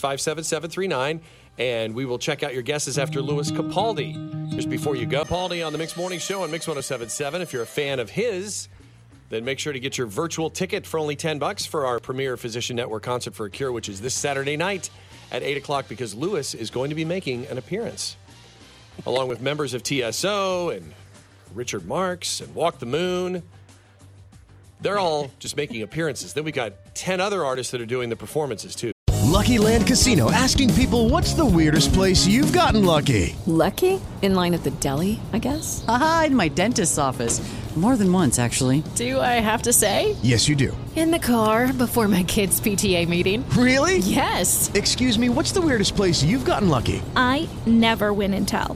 S2: 57739, and we will check out your guesses after Louis Capaldi. Just before you go, Capaldi on the Mix Morning Show on Mix 1077. If you're a fan of his, then make sure to get your virtual ticket for only 10 bucks for our premier Physician Network Concert for a Cure, which is this Saturday night at 8 o'clock, because Lewis is going to be making an appearance. Along with members of TSO and Richard Marks and Walk the Moon. They're all just making appearances. Then we got 10 other artists that are doing the performances too.
S13: Lucky Land Casino asking people what's the weirdest place you've gotten lucky?
S14: Lucky? In line at the deli, I guess?
S15: Aha, in my dentist's office. More than once, actually.
S14: Do I have to say?
S13: Yes, you do.
S14: In the car before my kids' PTA meeting.
S13: Really?
S14: Yes.
S13: Excuse me, what's the weirdest place you've gotten lucky?
S16: I never win and tell.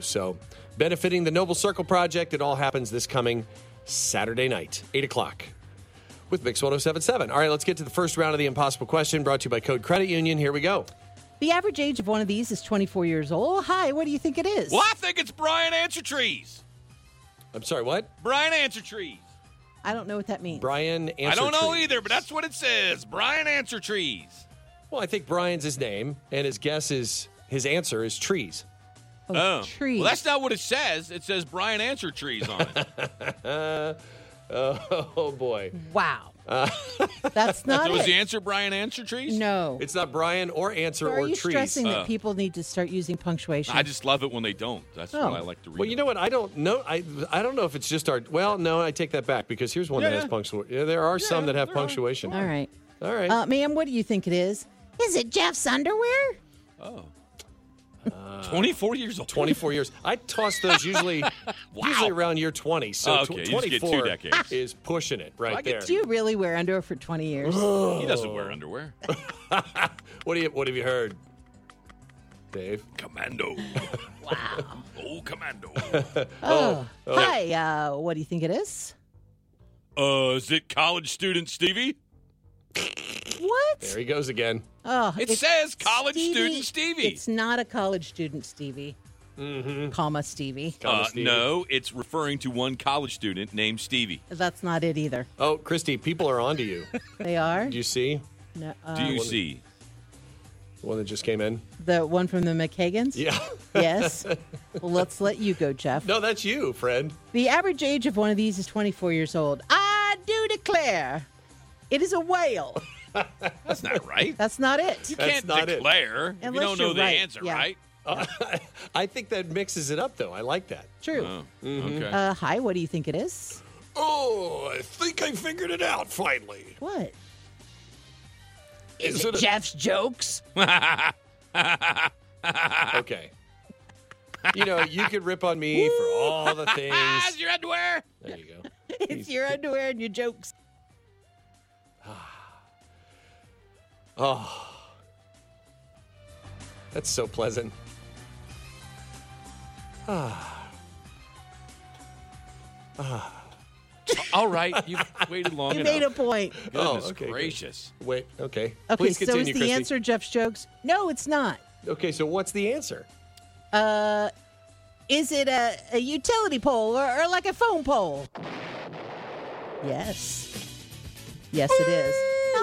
S2: So, benefiting the Noble Circle Project, it all happens this coming Saturday night, 8 o'clock, oh with Mix 1077. All right, let's get to the first round of the impossible question brought to you by Code Credit Union. Here we go.
S4: The average age of one of these is 24 years old. Hi, what do you think it is?
S5: Well, I think it's Brian Answer Trees.
S2: I'm sorry, what?
S5: Brian Answer Trees.
S4: I don't know what that means.
S2: Brian Answer
S5: I don't know
S2: Trees.
S5: either, but that's what it says. Brian Answer Trees.
S2: Well, I think Brian's his name, and his guess is his answer is trees.
S5: Oh,
S4: trees.
S5: Well, that's not what it says. It says Brian Answer Trees on it.
S2: Uh, oh boy.
S4: Wow.
S2: Uh,
S4: That's not
S5: so is
S4: it.
S5: the answer Brian Answer Trees?
S4: No.
S2: It's not Brian or answer
S4: So are
S2: or
S4: you
S2: trees.
S4: stressing that
S5: Uh.
S4: people need to start using punctuation?
S5: I just love it when they don't. That's
S4: Oh.
S5: what I like to read.
S2: Well, you know what? I don't know. I I don't know if it's just our. Well, no, I take that back because here's one that
S4: Yeah.
S2: has punctuation. Yeah, there are some that have punctuation.
S4: All right.
S2: All right.
S4: Uh, ma'am, what do you think it is? Is it Jeff's underwear?
S5: Oh. 24 years old.
S2: 24 years. I toss those usually usually around year 20. So
S5: Oh,
S2: tw-
S5: okay. You just get two
S2: 24
S5: decades.
S2: is pushing it right there.
S4: Do you really wear underwear for 20 years?
S5: He doesn't wear underwear.
S2: What do you What have you heard, Dave?
S5: Commando.
S4: wow.
S5: Oh, commando.
S4: Oh.
S5: Oh.
S4: Hi, uh, what do you think it is?
S5: Uh, is it college student Stevie?
S4: What?
S2: There he goes again.
S4: Oh,
S5: It
S4: it's
S5: says college student Stevie.
S4: It's not a college student Stevie.
S5: Mm-hmm.
S4: Comma Stevie.
S5: Uh, no, it's referring to one college student named Stevie.
S4: That's not it either.
S2: Oh, Christy, people are onto you.
S4: They are.
S2: Do you see?
S4: No,
S5: Do
S4: um,
S5: you see?
S2: The one that just came in.
S4: the one from the McKagans?
S2: Yeah.
S4: Yes. well, let's let you go, Jeff.
S2: No, that's you, friend.
S4: The average age of one of these is 24 years old. I do declare it is a whale.
S5: That's not right.
S4: That's not it.
S5: You can't declare if you
S4: Unless
S5: don't know
S4: you're
S5: the
S4: right,
S5: answer,
S4: yeah.
S5: right?
S2: I think that mixes it up, though. I like that.
S4: True.
S5: Oh.
S2: Okay.
S4: Uh, hi, what do you think it is?
S2: oh, I think I figured it out finally.
S4: What?
S2: Is,
S4: it Jeff's jokes?
S2: okay. You know, you could rip on me for all the things.
S5: your underwear.
S2: There you go.
S4: It's your underwear and your jokes.
S2: Oh, that's so pleasant. Ah. Ah.
S5: All right, you've waited long
S4: He
S5: enough.
S4: made a point.
S5: Goodness
S2: Oh, okay, good.
S5: gracious.
S2: Wait, okay.
S4: Okay,
S2: Please
S4: so
S2: continue,
S4: is the
S2: Christy.
S4: answer Jeff's jokes? No, it's not.
S2: Okay, so what's the answer?
S4: Uh, is it a, a utility pole or, or like a phone pole? Yes. Yes, it is.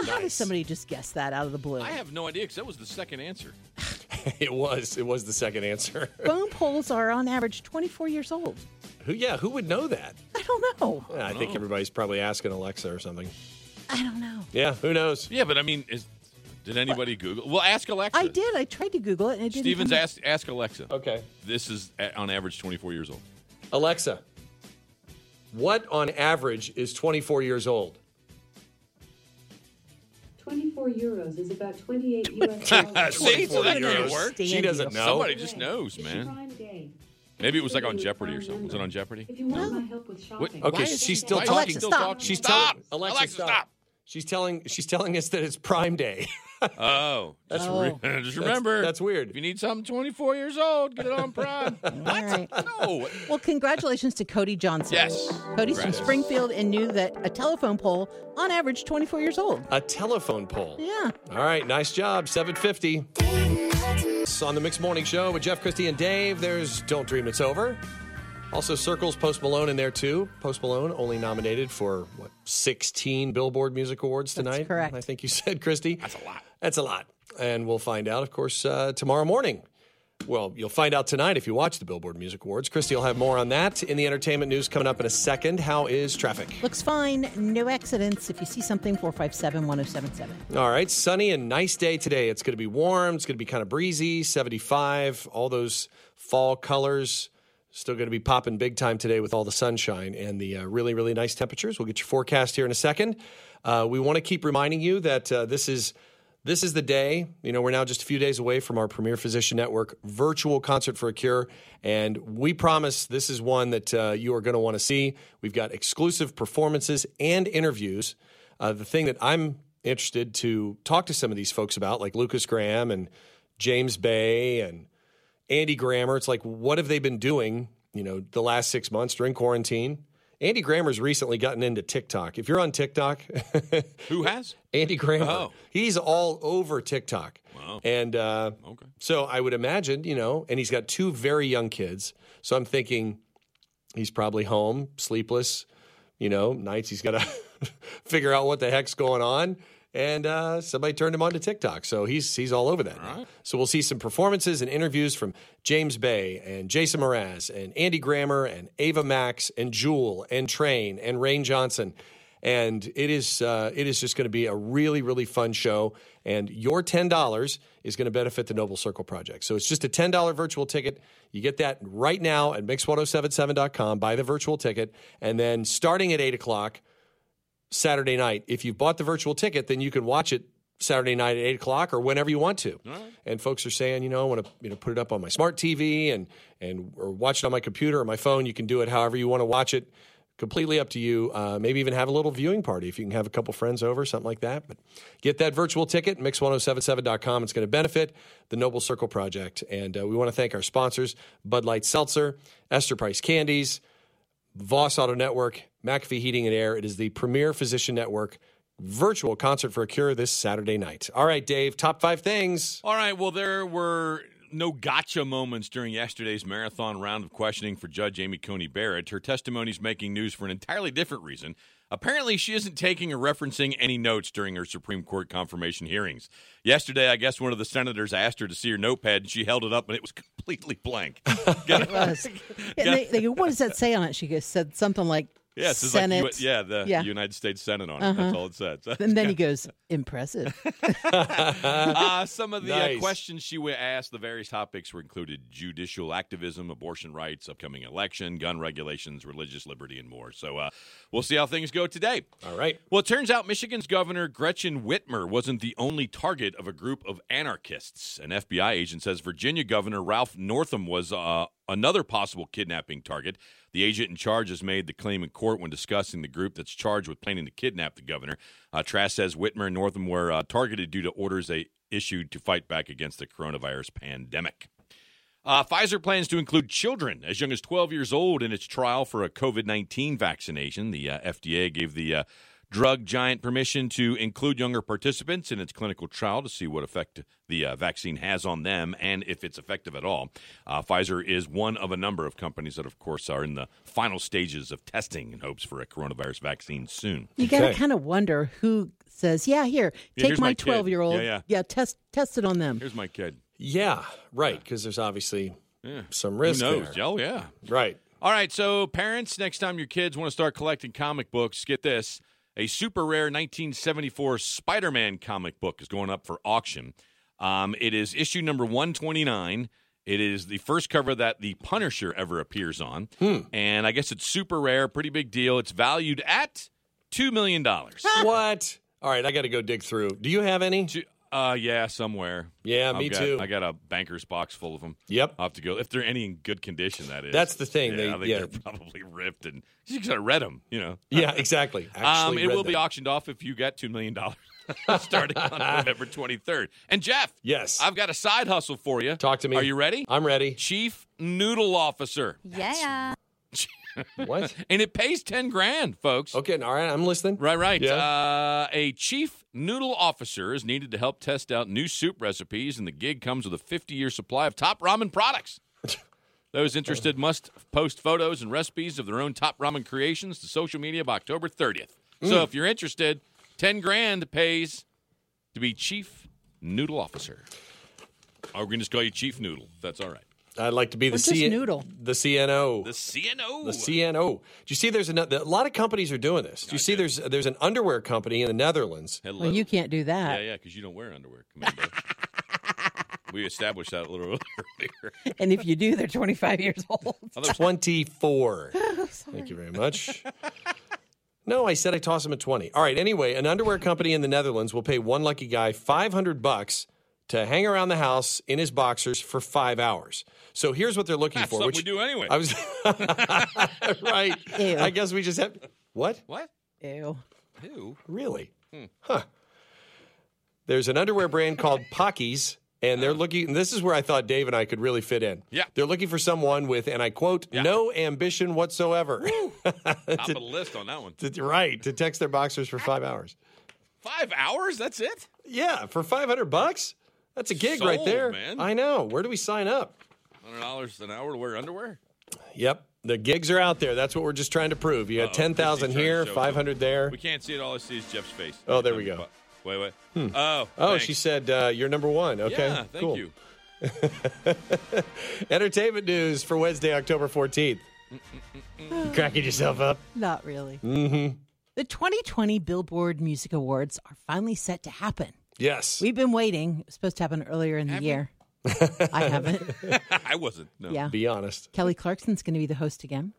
S4: Now, How did somebody just guess that out of the blue?
S5: I have no idea because that was the second answer.
S2: it was. It was the second answer.
S4: phone poles are on average 24 years old.
S2: who? Yeah, who would know that?
S4: I don't know.
S2: Yeah, I think everybody's probably asking Alexa or something.
S4: I don't know.
S2: Yeah, who knows?
S5: Yeah, but I mean, is did anybody Google? Well, ask Alexa.
S4: I did. I tried to Google it and it didn't.
S5: Stevens,
S4: come up.
S5: ask ask Alexa.
S2: Okay.
S5: This is a- on average 24 years old.
S2: Alexa, what on average is 24 years old?
S17: 24 euros is about 28 US dollars.
S5: See, so that can't work.
S2: She doesn't know.
S5: Somebody just knows, man.
S17: Prime day.
S5: Maybe it was like on Jeopardy or something. Was it on Jeopardy?
S17: If you want my help with
S5: What-
S17: shopping,
S2: Okay,
S5: Why is
S2: she's
S5: she-
S2: still
S5: why is she
S2: talking.
S5: still Stop. talking?
S2: She's
S5: Stop.
S2: telling Alexa,
S5: Alexa,
S2: stop.
S5: stop.
S2: She's telling she's telling us that it's Prime Day.
S5: Oh,
S2: That's
S5: just,
S2: Oh.
S5: re-
S2: That's-
S5: just remember.
S2: that's weird.
S5: If you need something 24 years old, get it on Prime.
S4: All right.
S5: no.
S4: Well, congratulations to Cody Johnson.
S5: Yes.
S4: Cody's from
S2: Congrats.
S4: Springfield and knew that a telephone pole, on average, 24 years old.
S2: A telephone pole.
S4: Yeah.
S2: All right, nice job. 750. It's on the Mixed Morning Show with Jeff, Christie, and Dave. There's Don't Dream It's Over. Also, Circles Post Malone in there too. Post Malone only nominated for what 16 Billboard Music Awards tonight. correct. I think you said, Christy. That's a lot. That's a lot. And we'll find out, of course, uh, tomorrow morning. Well, you'll find out tonight if you watch the Billboard Music Awards. Christy will have more on that in the entertainment news coming up in a second. How is traffic?
S4: Looks fine. No accidents. If you see something, 457 1077.
S2: All right, sunny and nice day today. It's going to be warm. It's going to be kind of breezy, 75, all those fall colors. Still going to be popping big time today with all the sunshine and the uh, really, really nice temperatures. We'll get your forecast here in a second. Uh, we want to keep reminding you that uh, this is. This is the day. You know, we're now just a few days away from our Premier Physician Network virtual concert for a cure. And we promise this is one that uh, you are going to want to see. We've got exclusive performances and interviews. Uh, the thing that I'm interested to talk to some of these folks about, like Lucas Graham and James Bay and Andy Grammer, it's like, what have they been doing, you know, the last six months during quarantine? Andy Grammer's recently gotten into TikTok. If you're on TikTok,
S5: who has
S2: Andy Grammer?
S5: Oh.
S2: He's all over TikTok. Wow. And uh, okay. so I would imagine, you know, and he's got two very young kids. So I'm thinking he's probably home, sleepless, you know, nights he's got to figure out what the heck's going on. And uh, somebody turned him on to TikTok. So he's, he's all over that. now. So we'll see some performances and interviews from James Bay and Jason Mraz and Andy Grammer and Ava Max and Jewel and Train and Rain Johnson. And it is uh, it is just going to be a really really fun show, and your ten dollars is going to benefit the Noble Circle Project. So it's just a ten dollar virtual ticket. You get that right now at mix1077.com. Buy the virtual ticket, and then starting at eight o'clock Saturday night, if you've bought the virtual ticket, then you can watch it Saturday night at eight o'clock or whenever you want to. And folks are saying, you know, I want to you know put it up on my smart TV and and or watch it on my computer or my phone. You can do it however you want to watch it. Completely up to you. Uh, maybe even have a little viewing party if you can have a couple friends over, something like that. But get that virtual ticket, mix1077.com. It's going to benefit the Noble Circle Project. And uh, we want to thank our sponsors Bud Light Seltzer, Esther Price Candies, Voss Auto Network, McAfee Heating and Air. It is the premier physician network virtual concert for a cure this Saturday night. All right, Dave, top five things.
S5: All right. Well, there were no gotcha moments during yesterday's marathon round of questioning for Judge Amy Coney Barrett. Her testimony's making news for an entirely different reason. Apparently, she isn't taking or referencing any notes during her Supreme Court confirmation hearings. Yesterday, I guess one of the senators asked her to see her notepad, and she held it up, and it was completely blank.
S4: It was. And they, they go, what does that say on it? She goes, said something like,
S5: Yeah, it says like
S4: Senate.
S5: U- yeah, the United States Senate on it. That's
S4: Uh-huh.
S5: all it says.
S4: And then he goes, impressive.
S5: uh, some of the uh,
S4: Nice.
S5: questions she wa- asked, the various topics were included judicial activism, abortion rights, upcoming election, gun regulations, religious liberty, and more. So uh, we'll see how things go today.
S2: All right.
S5: Well, it turns out Michigan's Governor Gretchen Whitmer wasn't the only target of a group of anarchists. An FBI agent says Virginia Governor Ralph Northam was uh, another possible kidnapping target. The agent in charge has made the claim in court when discussing the group that's charged with planning to kidnap the governor. Uh, Trask says Whitmer and Northam were uh, targeted due to orders they issued to fight back against the coronavirus pandemic. Uh, Pfizer plans to include children as young as 12 years old in its trial for a COVID 19 vaccination. The uh, FDA gave the uh, drug giant permission to include younger participants in its clinical trial to see what effect the uh, vaccine has on them and if it's effective at all. Uh, Pfizer is one of a number of companies that, of course, are in the final stages of testing in hopes for a coronavirus vaccine soon.
S4: You got to kind of wonder who says, yeah, here,
S5: Yeah,
S4: take
S5: here's
S4: my
S5: my kid.
S4: 12 year old.
S5: Yeah, yeah.
S4: test, test it on them.
S5: Here's my kid.
S2: Yeah, right. Because there's obviously
S5: Yeah.
S2: some risk.
S5: Who knows?
S2: there.
S5: Oh, yeah.
S2: Right.
S5: All right, so parents, next time your kids want to start collecting comic books, get this. A super rare 1974 Spider Man comic book is going up for auction. Um, it is issue number 129. It is the first cover that the Punisher ever appears on. And I guess it's super rare, pretty big deal. It's valued at $2 million.
S2: what? All right, I got to go dig through. Do you have any?
S5: Uh, yeah, somewhere.
S2: Yeah,
S5: I've
S2: me
S5: got-
S2: too.
S5: I got a banker's box full of them.
S2: Yep.
S5: I'll have to go if they're any in good condition. That is.
S2: That's the thing,
S5: Yeah,
S2: they-
S5: I think
S2: yeah.
S5: they're probably ripped and because I read them. You know.
S2: Yeah, exactly.
S5: Um,
S2: Actually
S5: it
S2: read
S5: will be
S2: them.
S5: auctioned off if you got two million dollars starting on November twenty third. And Jeff,
S2: yes,
S5: I've got a side hustle for you.
S2: Talk to me. Uh,
S5: Are you ready?
S2: I'm ready.
S5: Chief Noodle Officer.
S6: Yeah.
S2: What?
S5: and it pays ten grand, folks.
S2: Okay, all right, I'm listening.
S5: Right, right.
S2: Yeah.
S5: Uh, a chief noodle officer is needed to help test out new soup recipes, and the gig comes with a 50 year supply of top ramen products. Those interested must post photos and recipes of their own top ramen creations to social media by October 30th. So
S2: Mm.
S5: if you're interested, 10 grand pays to be chief noodle officer. Or we're going to just call you Chief Noodle. if That's all right.
S2: I'd like to be the
S5: What's
S2: C-
S5: this noodle?
S2: the CNO.
S5: The CNO.
S2: The CNO. Do you see? There's another, a lot of companies are doing this. Do you see? There's there's an underwear company in the Netherlands.
S5: Hello.
S4: Well, you can't do that.
S5: Yeah, yeah, because you don't wear underwear, Commando. we established that a little earlier.
S4: And if you do, they're 25 years old.
S2: Twenty four. Thank you very much. No, I said I toss him a twenty. All right. Anyway, an underwear company in the Netherlands will pay one lucky guy five hundred bucks to hang around the house in his boxers for five hours. So here's what they're looking
S5: That's
S2: for.
S5: something
S2: which
S5: we do anyway.
S2: I was right. I guess we just have what?
S5: What?
S4: Ew.
S5: Ew. Hmm.
S2: Really? Huh. There's an underwear brand called Pockies, and they're looking. And this is where I thought Dave and I could really fit in.
S5: Oh. Yeah.
S2: they're looking for someone with, and I quote, "no ambition whatsoever."
S5: Top of the list on that one.
S2: to, right to text their boxers for five hours.
S5: Five hours? That's it?
S2: Yeah, for five hundred bucks, that's a gig right
S5: Sold,
S2: there.
S5: man.
S2: I know. Where do we sign up?
S5: Hundred dollars an hour to wear underwear?
S2: Yep, the gigs are out there. That's what we're just trying to prove. You got
S5: Uh-oh.
S2: ten thousand
S5: Disney
S2: here,
S5: turned the show.
S2: five hundred there.
S5: We can't see it. All I see is Jeff's face.
S2: Oh, there we go.
S5: Wait, wait. Oh,
S2: Oh,
S5: thanks.
S2: she said uh, you're number one. Okay,
S5: Yeah, thank
S2: cool.
S5: you.
S2: Entertainment news for Wednesday, October fourteenth. You cracking yourself up?
S4: Not really.
S2: Mm-hmm.
S4: The 2020 Billboard Music Awards are finally set to happen.
S2: Yes.
S4: We've been waiting. It was supposed to happen earlier in the year. I haven't.
S5: I wasn't. No.
S4: Yeah.
S2: Be honest.
S4: Kelly Clarkson's going to be the host again.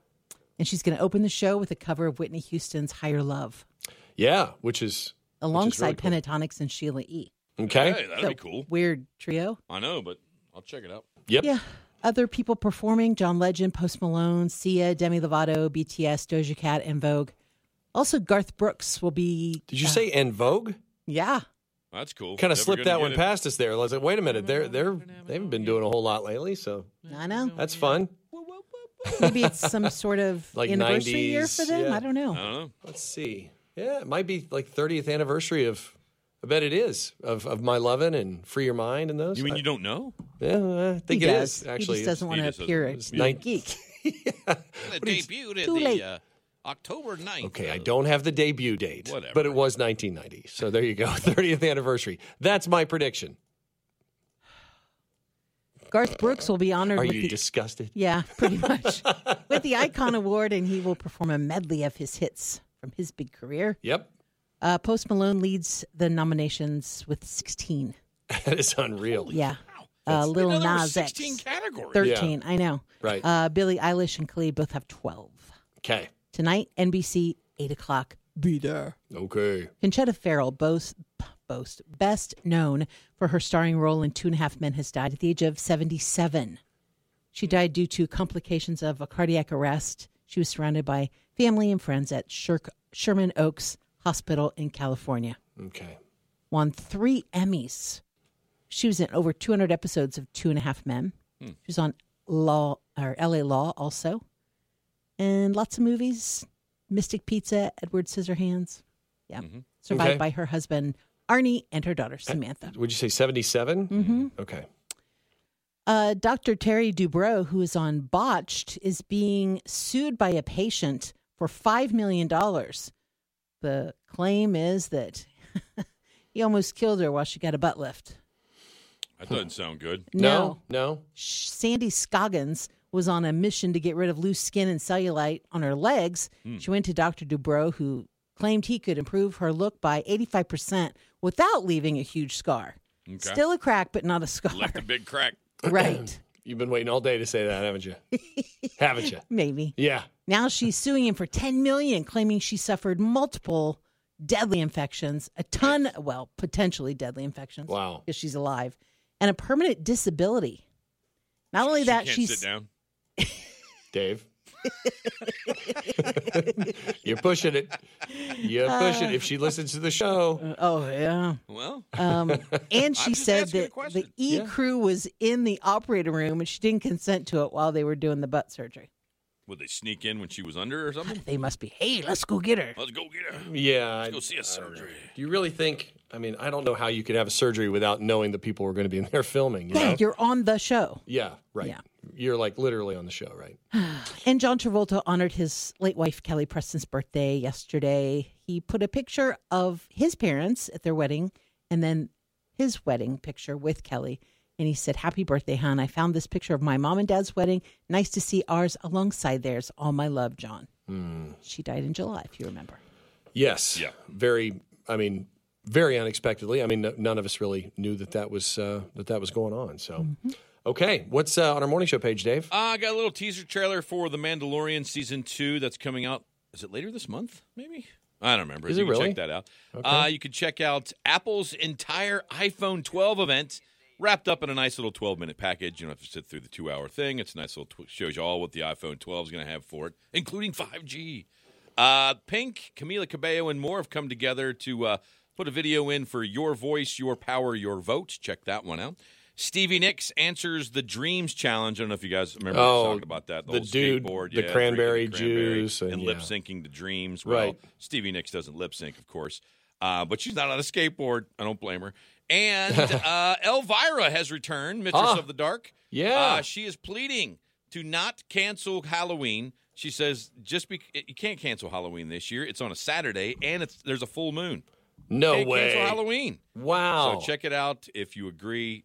S4: And she's going to open the show with a cover of Whitney Houston's Higher Love
S2: Yeah, which is
S4: alongside
S2: really
S4: Pentatonics and Sheila E.
S2: okay.
S5: Hey, that'd be
S4: So,
S5: cool.
S4: Weird trio.
S5: I know, but I'll check it out.
S2: Yep.
S4: Yeah. Other people performing John Legend, Post Malone, Sia, Demi Lovato, BTS, Doja Cat, and Vogue. Also, Garth Brooks will be. uh,
S2: Did you say En Vogue?
S4: Yeah.
S5: That's cool.
S2: Kind
S5: Never
S2: of slipped
S5: gonna
S2: that
S5: get
S2: one
S5: it.
S2: past us there. I was like, wait a minute, they're they're they haven't been doing a whole lot lately, so
S4: I know.
S2: that's fun.
S4: Maybe it's some sort of
S2: Like
S4: anniversary year
S2: 90s,
S4: for them.
S2: yeah.
S4: I don't know.
S5: don't know.
S2: Let's see. Yeah, it might be like 30th anniversary of. I bet it is of, of my lovin' and free your mind and those.
S5: You mean
S2: I-
S5: you don't know?
S2: Yeah, I think
S4: he
S2: it
S4: does.
S2: is actually.
S4: he just doesn't
S2: It's-
S4: want to
S5: just doesn't.
S4: appear
S2: It's
S4: a
S2: nine-
S4: geek.
S5: It debuted at
S4: too late.
S5: the uh, October 9th.
S2: Okay, I don't have the debut date,
S5: Whatever.
S2: but it was 1990. So there you go, 30th anniversary. That's my prediction.
S4: Garth Brooks will be honored
S2: Are
S4: with
S2: you
S4: the
S2: disgusted?
S4: yeah, pretty much with the Icon Award, and he will perform a medley of his hits from his big career.
S2: Yep,
S4: Uh, Post Malone leads the nominations with 16.
S2: that is unreal.
S4: yeah, uh, Little
S5: Another
S4: Nas X,
S5: 16 categories.
S4: 13. I know.
S2: Right.
S4: Uh, Billie Eilish and Khalid both have 12.
S2: Okay.
S4: Tonight, NBC, eight o'clock. Be there.
S2: Okay.
S4: Conchetta Farrell, boast, boast, best known for her starring role in Two and a Half Men, has died at the age of 77. She died due to complications of a cardiac arrest. She was surrounded by family and friends at Shirk, Sherman Oaks Hospital in California.
S2: Okay.
S4: Won three Emmys. She was in over 200 episodes of Two and a Half Men. She was on Law or L.A. Law also, and lots of movies. Mystic Pizza, Edward Scissorhands. Yeah, survived
S2: Okay.
S4: by her husband Arnie and her daughter Samantha.
S2: Would you say 77?
S4: Mm-hmm.
S2: Okay.
S4: Uh, Dr. Terry Dubrow, who is on Botched, is being sued by a patient for $5 million. The claim is that he almost killed her while she got a butt lift.
S5: That doesn't sound good.
S4: No.
S2: No.
S4: Sh- Sandy Scoggins was on a mission to get rid of loose skin and cellulite on her legs.
S5: Hmm.
S4: She went to Dr. Dubrow, who claimed he could improve her look by 85% without leaving a huge scar.
S5: Okay.
S4: Still a crack, but not a scar.
S5: Left a big crack.
S4: right.
S2: You've been waiting all day to say that, haven't you? haven't you?
S4: Maybe.
S2: Yeah.
S4: Now she's suing him for 10 million claiming she suffered multiple deadly infections, a ton, well, potentially deadly infections.
S2: Wow.
S4: Because she's alive and a permanent disability. Not only that,
S5: Can't
S4: she's
S5: sit down.
S2: Dave. You're pushing it. You're pushing it. If she listens to the show,
S4: Oh yeah.
S5: Well,
S2: Uh,
S4: Um, and
S5: I'm
S4: she
S5: just
S4: said
S5: asking a
S4: that the
S5: question.
S4: E
S2: Yeah.
S4: crew was in the operating room and she didn't consent to it while they were doing the butt surgery.
S5: would they sneak in when she was under or something?
S4: They must be, hey, let's go get her.
S5: Let's go get her.
S2: yeah. I-
S5: Let's go see a surgery.
S2: do you really think? I mean, I don't know how you could have a surgery without knowing the people who are going to be in there filming. You
S4: Yeah,
S2: know?
S4: you're on the show.
S2: Yeah, right.
S4: Yeah.
S2: You're like literally on the show, right?
S4: And John Travolta honored his late wife Kelly Preston's birthday yesterday. He put a picture of his parents at their wedding and then his wedding picture with Kelly. And he said, Happy birthday, hon. I found this picture of my mom and dad's wedding. Nice to see ours alongside theirs. All my love, John.
S2: Hmm.
S4: She died in July, if you remember.
S2: Yes.
S5: Yeah.
S2: Very. I mean, very unexpectedly. I mean, n- none of us really knew that that was uh, that that was going on. So, okay, what's uh, on our morning show page, Dave?
S5: Uh, I got a little teaser trailer for The Mandalorian season two that's coming out. Is it later this month? Maybe I don't remember.
S2: Is
S5: you
S2: it
S5: can
S2: really?
S5: Check that out. Uh, you can check out Apple's entire iPhone 12 event wrapped up in a nice little 12 minute package. You don't have to sit through the two hour thing. It's a nice little tw- shows you all what the iPhone 12 is going to have for it, including 5G. Uh, Pink, Camila Cabello, and more have come together to uh, put a video in for Your Voice, Your Power, Your Vote. Check that one out. Stevie Nicks answers the Dreams Challenge. I don't know if you guys remember
S2: Oh,
S5: we talked about that. The,
S2: the
S5: whole
S2: dude,
S5: skateboard,
S2: the
S5: yeah, drinking
S2: cranberry juice
S5: and,
S2: and-
S5: lip
S2: yeah.
S5: syncing the Dreams. Well,
S2: Right.
S5: Stevie Nicks doesn't lip sync, of course, uh, but she's not on a skateboard. I don't blame her. And uh, Elvira has returned, Mistress
S2: Ah,
S5: of the Dark.
S2: yeah.
S5: Uh, she is pleading to not cancel Halloween. She says, "Just be, you can't cancel Halloween this year. It's on a Saturday, and it's there's a full moon.
S2: No
S5: Can't
S2: way.
S5: Cancel Halloween.
S2: Wow.
S5: So check it out. If you agree,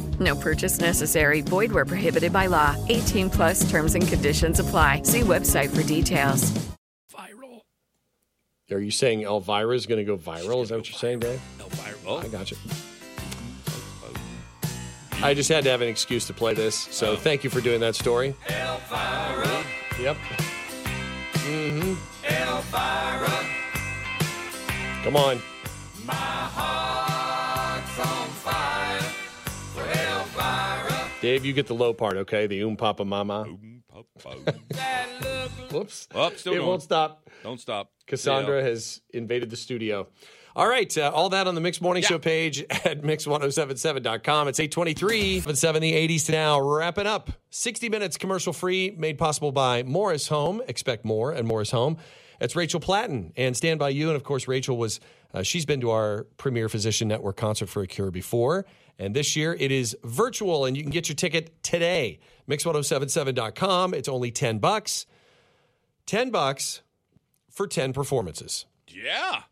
S7: No purchase necessary. Void where prohibited by law. 18 plus terms and conditions apply. See website for details.
S2: Are you saying Elvira's going to go viral? Is that what you're saying, Dave?
S5: Elvira. Oh.
S2: I got you. I just had to have an excuse to play this, so thank you for doing that story.
S5: Oh. Elvira.
S2: Yep. Mm-hmm.
S5: Elvira.
S2: Come on.
S5: My heart's on fire for Elvira.
S2: Dave, you get the low part, okay? The oom papa mama. Whoops.
S5: Up, Oh, still
S2: it
S5: going.
S2: won't stop.
S5: Don't stop.
S2: Cassandra has invaded the studio. All right, uh, all that on the Mix Morning Show page at mix1077.com. It's 823 7 the 80s to now. Wrapping up 60 minutes commercial free, made possible by Morris Home. Expect more at Morris Home. That's Rachel Platten and Stand By You. And of course, Rachel was, uh, she's been to our Premier Physician Network concert for a cure before. And this year it is virtual, and you can get your ticket today. Mix1077.com. It's only 10 bucks. 10 bucks for 10 performances.
S5: Yeah.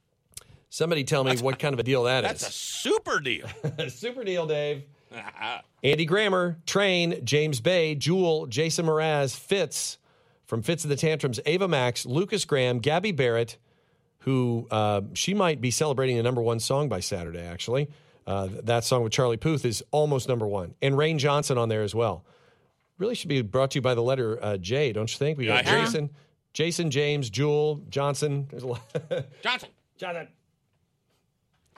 S2: Somebody tell me what kind of a deal that is.
S5: That's a super deal.
S2: super deal, Dave. Andy Grammer, Train, James Bay, Jewel, Jason Mraz, Fitz from Fitz of the Tantrums, Ava Max, Lucas Graham, Gabby Barrett, who uh, she might be celebrating the number one song by Saturday, actually. Uh, th- that song with Charlie Puth is almost number one. And Rain Johnson on there as well. Really should be brought to you by the letter uh, J, don't you think? We got
S5: Yeah, I hear you.
S2: Jason, Jason, James, Jewel, Johnson. There's a lot.
S5: Johnson.
S2: Jonathan.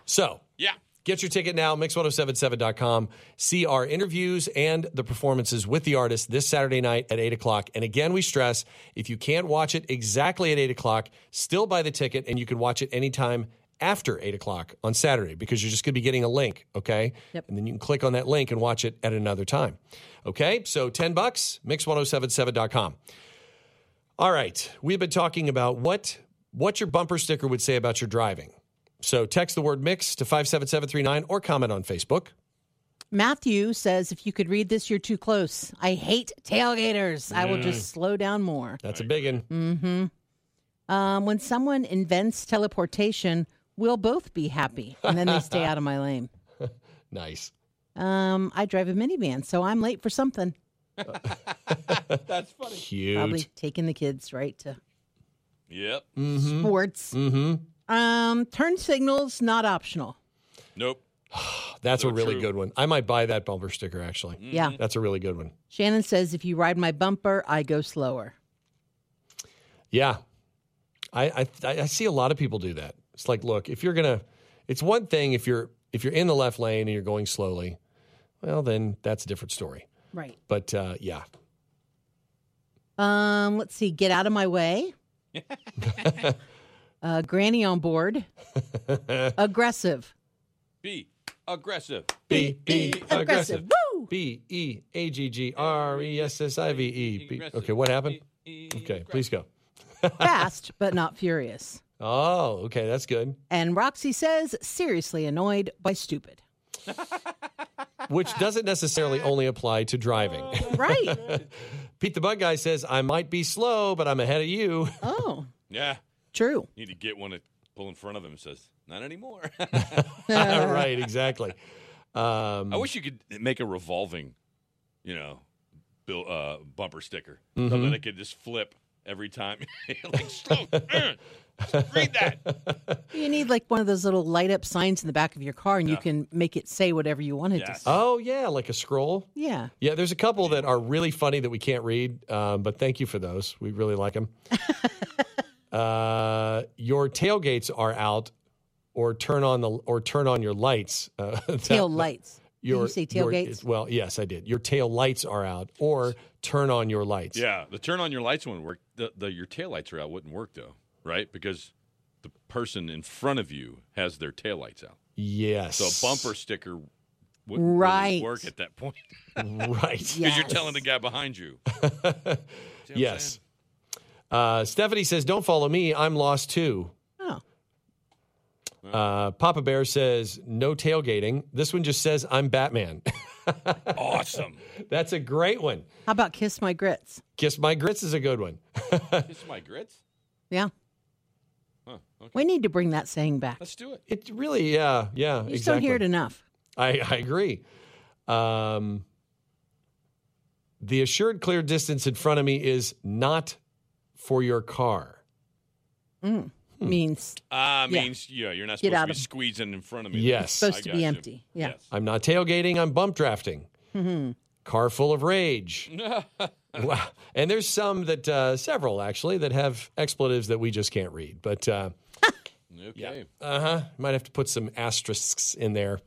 S2: So,
S5: yeah.
S2: Get your ticket now, mix1077.com. See our interviews and the performances with the artist this Saturday night at 8 o'clock. And again, we stress if you can't watch it exactly at 8 o'clock, still buy the ticket and you can watch it anytime after 8 o'clock on Saturday because you're just going to be getting a link, okay? And then you can click on that link and watch it at another time. Okay, so 10 bucks, mix1077.com. All right, we've been talking about what what your bumper sticker would say about your driving. So text the word mix to 57739 or comment on Facebook.
S4: Matthew says, if you could read this, you're too close. I hate tailgaters. I will
S2: Mm.
S4: just slow down more.
S2: That's a big one.
S4: Mm-hmm. Um, when someone invents teleportation, we'll both be happy. And then they stay out of my lane.
S2: Nice.
S4: Um, I drive a minivan, so I'm late for something.
S5: That's funny.
S2: Cute.
S4: Probably taking the kids right to
S5: Yep.
S4: sports.
S2: Mm-hmm.
S4: Um, turn signals not optional.
S5: Nope.
S2: That's a really good one. I might buy that bumper sticker actually.
S4: Yeah.
S2: That's a really good one.
S4: Shannon says, if you ride my bumper, I go slower.
S2: Yeah. I I I see a lot of people do that. It's like, look, if you're going to it's one thing if you're if you're in the left lane and you're going slowly, well then that's a different story.
S4: Right.
S2: But uh, yeah.
S4: Um, let's see. Get out of my way. uh, granny on board. Aggressive.
S5: Be aggressive.
S2: B E
S5: aggressive.
S4: Woo!
S2: B E A G G R E S S I V E. B- Okay, what happened? Okay, please go.
S4: Fast, but not furious.
S2: Oh, okay, that's good.
S4: And Roxy says, seriously annoyed by stupid.
S2: Which doesn't necessarily only apply to driving.
S4: Oh. Right.
S2: Pete the Bug Guy says, I might be slow, but I'm ahead of you.
S4: Oh,
S5: Yeah.
S4: true.
S5: Need to get one to pull in front of him. and Says not anymore.
S2: right, exactly. Um,
S5: I wish you could make a revolving, you know, bill, uh, bumper sticker,
S2: Mhm.
S5: something that could just flip
S3: every time. like, slow, uh, read that.
S4: You need like one of those little light up signs in the back of your car, and you can make it say whatever you want it to say.
S2: Oh yeah, like a scroll.
S4: Yeah.
S2: Yeah, there's a couple that are really funny that we can't read, um, but thank you for those. We really like them. uh, your tailgates are out, or turn on the or turn on your lights. Uh, that-
S4: Tail lights. Did
S2: Your
S4: you say
S2: your-
S4: tailgates?
S2: well, yes, I did. Your tail lights are out, or turn on your lights.
S3: Yeah, the turn on your lights wouldn't work. The, the your taillights are out wouldn't work though, right? Because the person in front of you has their taillights out.
S2: Yes.
S3: So a bumper sticker wouldn't really
S4: Right.
S3: work at that point.
S2: Right.
S3: Because you're telling the guy behind you.
S2: yes. Uh, Stephanie says, "Don't follow me. I'm lost too."
S4: Oh.
S2: Uh, Papa Bear says, "No tailgating." This one just says, "I'm Batman."
S3: awesome.
S2: That's a great one.
S4: How about kiss my grits?
S2: Kiss my grits is a good one.
S3: Kiss my grits.
S4: Yeah.
S3: Huh, okay.
S4: We need to bring that saying back.
S3: Let's do it.
S2: It really, yeah, yeah.
S4: You just don't
S2: exactly.
S4: hear it enough.
S2: I, I agree. Um, the assured clear distance in front of me is not for your car.
S4: Mm. Means
S5: Uh,
S3: Ah,
S4: Yeah.
S3: means yeah, you're not
S4: Get
S3: supposed
S4: out
S3: to be
S4: of-
S3: squeezing in front of me.
S2: Yes.
S3: I
S4: supposed to
S3: got
S4: be
S3: you.
S4: empty. Yeah.
S2: I'm not tailgating. I'm bump drafting.
S4: Mhm.
S2: Car full of rage. wow. And there's some that, uh, several actually, that have expletives that we just can't read. But uh,
S3: Okay.
S2: uh huh, might have to put some asterisks in there.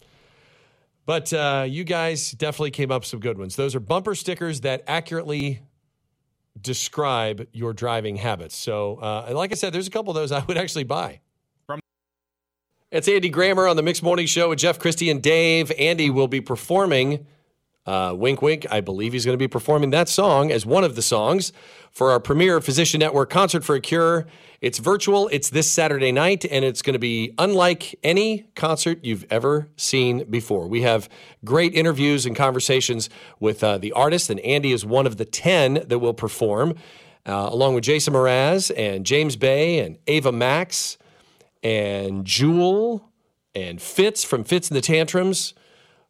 S2: But uh, you guys definitely came up with some good ones. Those are bumper stickers that accurately describe your driving habits. So, uh, and like I said, there's a couple of those I would actually buy. From it's Andy Grammer on the Mixed Morning Show with Jeff Christie and Dave. Andy will be performing. Uh, wink, wink. I believe he's going to be performing that song as one of the songs for our premier Physician Network concert for a cure. It's virtual, it's this Saturday night, and it's going to be unlike any concert you've ever seen before. We have great interviews and conversations with uh, the artist, and Andy is one of the 10 that will perform, uh, along with Jason Mraz and James Bay and Ava Max and Jewel and Fitz from Fitz and the Tantrums.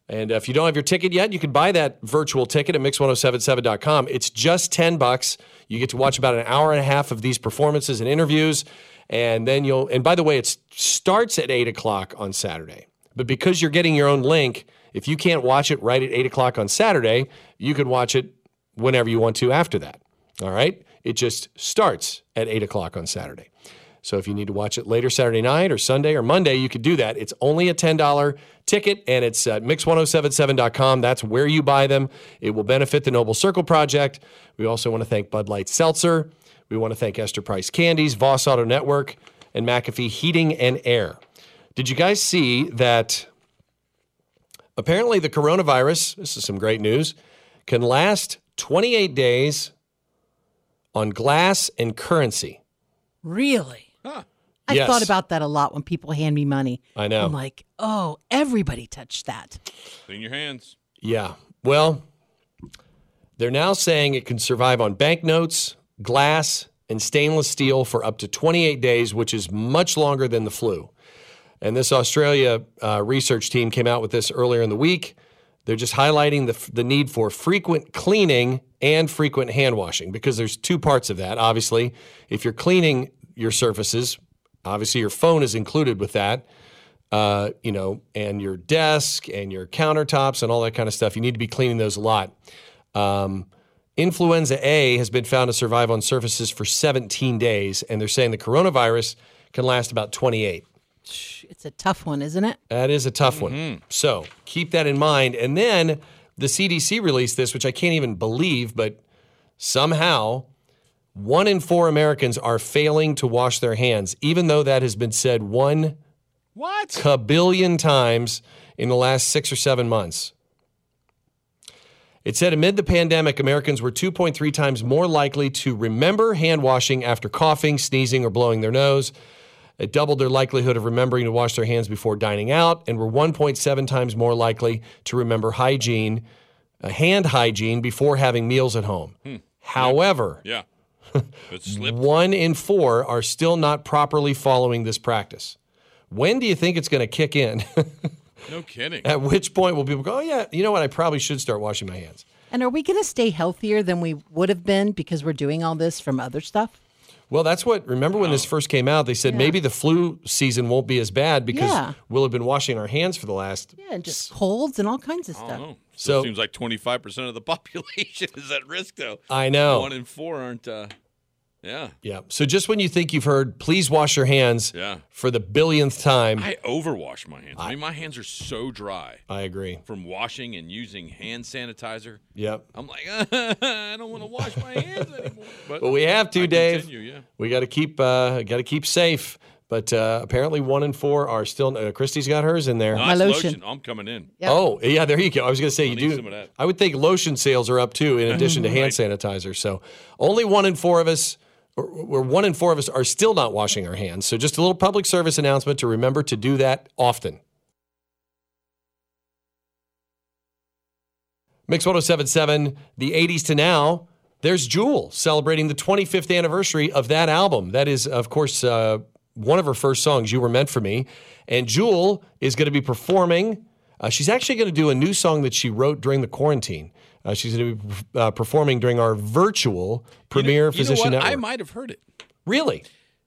S2: And if you don't have your ticket yet, you can buy that virtual ticket at mix1077.com. It's just 10 bucks. You get to watch about an hour and a half of these performances and interviews. And then you'll, and by the way, it starts at 8 o'clock on Saturday. But because you're getting your own link, if you can't watch it right at 8 o'clock on Saturday, you can watch it whenever you want to after that. All right? It just starts at 8 o'clock on Saturday. So if you need to watch it later Saturday night or Sunday or Monday, you could do that. It's only a $10 ticket and it's at mix1077.com. That's where you buy them. It will benefit the Noble Circle Project. We also want to thank Bud Light Seltzer. We want to thank Esther Price Candies, Voss Auto Network, and McAfee Heating and Air. Did you guys see that apparently the coronavirus, this is some great news, can last 28 days on glass and currency.
S4: Really? I
S2: Yes.
S4: thought about that a lot when people hand me money.
S2: I know.
S4: I'm like, oh, everybody touched that.
S3: Clean your hands.
S2: Yeah. Well, they're now saying it can survive on banknotes, glass, and stainless steel for up to 28 days, which is much longer than the flu. And this Australia uh, research team came out with this earlier in the week. They're just highlighting the, the need for frequent cleaning and frequent hand washing because there's two parts of that. Obviously, if you're cleaning your surfaces, obviously your phone is included with that uh, you know, and your desk and your countertops and all that kind of stuff. You need to be cleaning those a lot. Um, influenza A has been found to survive on surfaces for 17 days, and they're saying the coronavirus can last about 28.
S4: It's a tough one, isn't it?
S2: That is a tough one. So keep that in mind. And then the CDC released this, which I can't even believe, but somehow one in four Americans are failing to wash their hands, even though that has been said one
S3: What?
S2: kabillion times in the last six or seven months. It said amid the pandemic, Americans were 2.3 times more likely to remember hand washing after coughing, sneezing, or blowing their nose. It doubled their likelihood of remembering to wash their hands before dining out and were 1.7 times more likely to remember hygiene, uh, hand hygiene, before having meals at home. However,
S3: Yeah. It's slip.
S2: one in four are still not properly following this practice. When do you think it's going to kick in?
S3: No kidding.
S2: At which point will people go, oh, yeah, you know what? I probably should start washing my hands.
S4: And are we going to stay healthier than we would have been because we're doing all this from other stuff?
S2: Well, that's what. Remember when this first came out? They said maybe the flu season won't be as bad because
S4: Yeah.
S2: we'll have been washing our hands for the last.
S4: Yeah, and just colds and all kinds of stuff.
S2: So-
S5: so it seems like 25% of the population is at risk, though.
S2: I know.
S5: One in four aren't. Uh, yeah.
S2: Yeah. So just when you think you've heard, please wash your hands.
S5: Yeah.
S2: For the billionth time.
S5: I overwash my hands. I mean, my hands are so dry
S2: I agree.
S5: from washing and using hand sanitizer.
S2: Yep.
S5: I'm like, I don't want to wash my hands anymore. But,
S2: But we have to,
S5: I
S2: Dave.
S5: continue, yeah.
S2: We got to keep uh, got to keep safe. But uh, apparently, one in four are still. Uh, Christy's got hers in there.
S5: No, it's lotion. I'm coming in.
S2: Oh yeah, there you go. I was gonna say you
S5: need some of
S2: do.
S5: that.
S2: I would think lotion sales are up too, in addition to hand sanitizer. So only one in four of us, or, or one in four of us, are still not washing our hands. So just a little public service announcement to remember to do that often. Mix 1077, the 80s to now. There's Jewel celebrating the 25th anniversary of that album. That is, of course, uh, one of her first songs, You Were Meant for Me. And Jewel is going to be performing. Uh, she's actually going to do a new song that she wrote during the quarantine. Uh, she's going to be uh, performing during our virtual premiere
S5: You know
S2: Physician
S5: what?
S2: Network.
S5: I might have heard it.
S2: Really?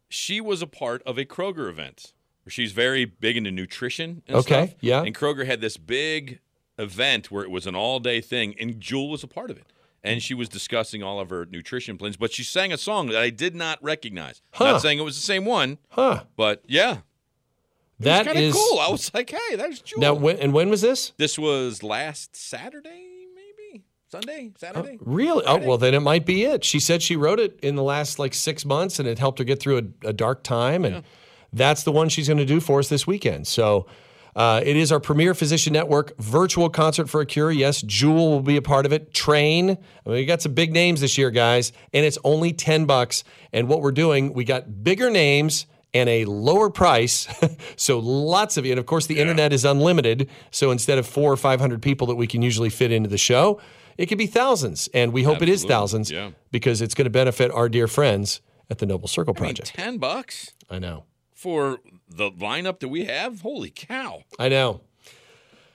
S5: She was a part of a Kroger event. She's very big into nutrition. And
S2: Okay,
S5: stuff.
S2: yeah.
S5: And Kroger had this big event where it was an all-day thing, and Jewel was a part of it. And she was discussing all of her nutrition plans, but she sang a song that I did not recognize.
S2: Huh.
S5: Not saying it was the same one,
S2: Huh.
S5: but yeah,
S2: That
S5: kind of
S2: is-
S5: cool. I was like, hey, there's Jewel.
S2: Now, when, and when was this?
S5: this was last Saturday, maybe Sunday, Saturday.
S2: Really? Oh, well, then it might be it. She said she wrote it in the last like six months and it helped her get through a, a dark time. And that's the one she's going to do for us this weekend. So uh, it is our premier Physician Network virtual concert for a cure. Yes, Jewel will be a part of it. Train. I mean, we got some big names this year, guys, and it's only 10 bucks. And what we're doing, we got bigger names and a lower price. so lots of you. And of course, the internet is unlimited. So instead of four or 500 people that we can usually fit into the show, it could be thousands. And we hope it is
S5: Absolutely.
S2: thousands
S5: Yeah.
S2: because it's going to benefit our dear friends at the Noble Circle Project.
S5: Ten bucks
S2: I know.
S5: for the lineup that we have. Holy cow,
S2: I know.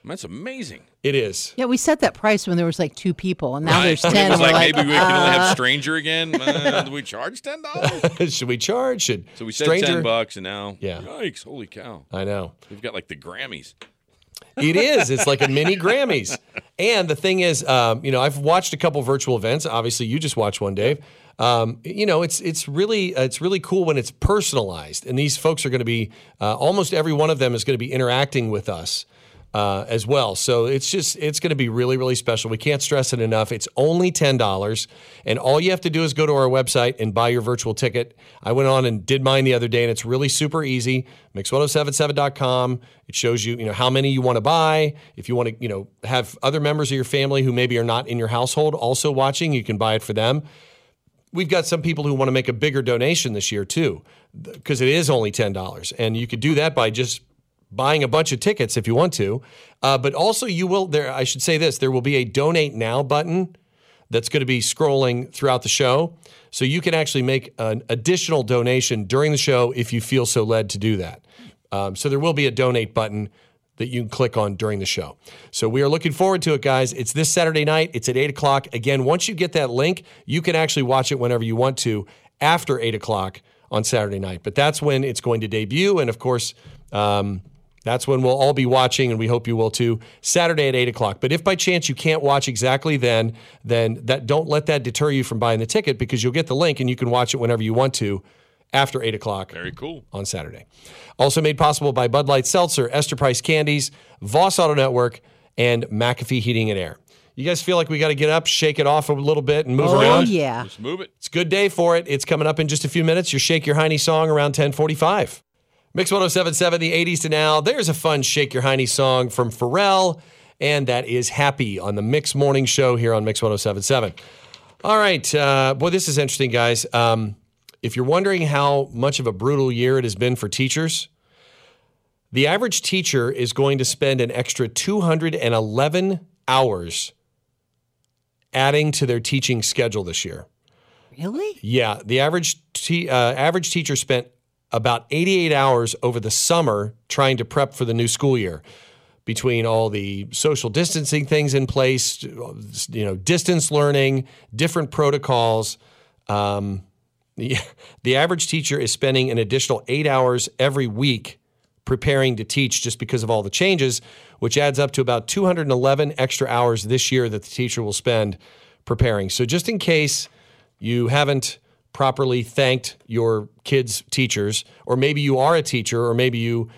S5: that's amazing.
S2: It is.
S4: Yeah, we set that price when there was like two people, and now
S5: Right.
S4: there's
S5: It
S4: ten.
S5: was
S4: We're
S5: like, maybe we can only
S4: uh,
S5: have stranger again. Uh, do we charge ten dollars?
S2: Should we charge? Should
S5: So we said
S2: stranger?
S5: ten bucks, and now
S2: Yeah.
S5: yikes! Holy cow!
S2: I know.
S5: We've got like the Grammys.
S2: It is. It's like a mini Grammys. And the thing is, um, you know, I've watched a couple virtual events. Obviously, you just watched one, Dave. Um, you know, it's it's really uh, it's really cool when it's personalized, and these folks are going to be uh, almost every one of them is going to be interacting with us uh, as well. So it's just it's going to be really really special. We can't stress it enough. It's only ten dollars, and all you have to do is go to our website and buy your virtual ticket. I went on and did mine the other day, and it's really super easy. Mix1077.com. It shows you you know how many you want to buy. If you want to you know have other members of your family who maybe are not in your household also watching, you can buy it for them we've got some people who want to make a bigger donation this year too because it is only $10 and you could do that by just buying a bunch of tickets if you want to uh, but also you will there i should say this there will be a donate now button that's going to be scrolling throughout the show so you can actually make an additional donation during the show if you feel so led to do that um, so there will be a donate button that you can click on during the show. So we are looking forward to it, guys. It's this Saturday night. It's at eight o'clock. Again, once you get that link, you can actually watch it whenever you want to after eight o'clock on Saturday night. But that's when it's going to debut, and of course. Um, that's when we'll all be watching, and we hope you will too. Saturday at eight o'clock. But if by chance you can't watch exactly then, then that don't let that deter you from buying the ticket because you'll get the link and you can watch it whenever you want to after eight o'clock.
S5: Very cool.
S2: On Saturday. Also made possible by Bud Light Seltzer, Esther Price Candies, Voss Auto Network, and McAfee Heating and Air. You guys feel like we got to get up, shake it off a little bit, and move
S4: Oh,
S2: around?
S4: yeah.
S5: Let's move it.
S2: It's a good day for it. It's coming up in just a few minutes. Your Shake Your Heiny song around 1045. Mix 1077, the 80s to now. There's a fun Shake Your Heiny song from Pharrell, and that is Happy on the Mix Morning Show here on Mix 1077. All right. Uh, boy, this is interesting, guys. Um, if you're wondering how much of a brutal year it has been for teachers, the average teacher is going to spend an extra 211 hours adding to their teaching schedule this year.
S4: really?
S2: Yeah, the average te- uh, average teacher spent about 88 hours over the summer trying to prep for the new school year. between all the social distancing things in place, you know, distance learning, different protocols. Um, the, the average teacher is spending an additional eight hours every week preparing to teach just because of all the changes, which adds up to about 211 extra hours this year that the teacher will spend preparing. So, just in case you haven't properly thanked your kids' teachers, or maybe you are a teacher, or maybe you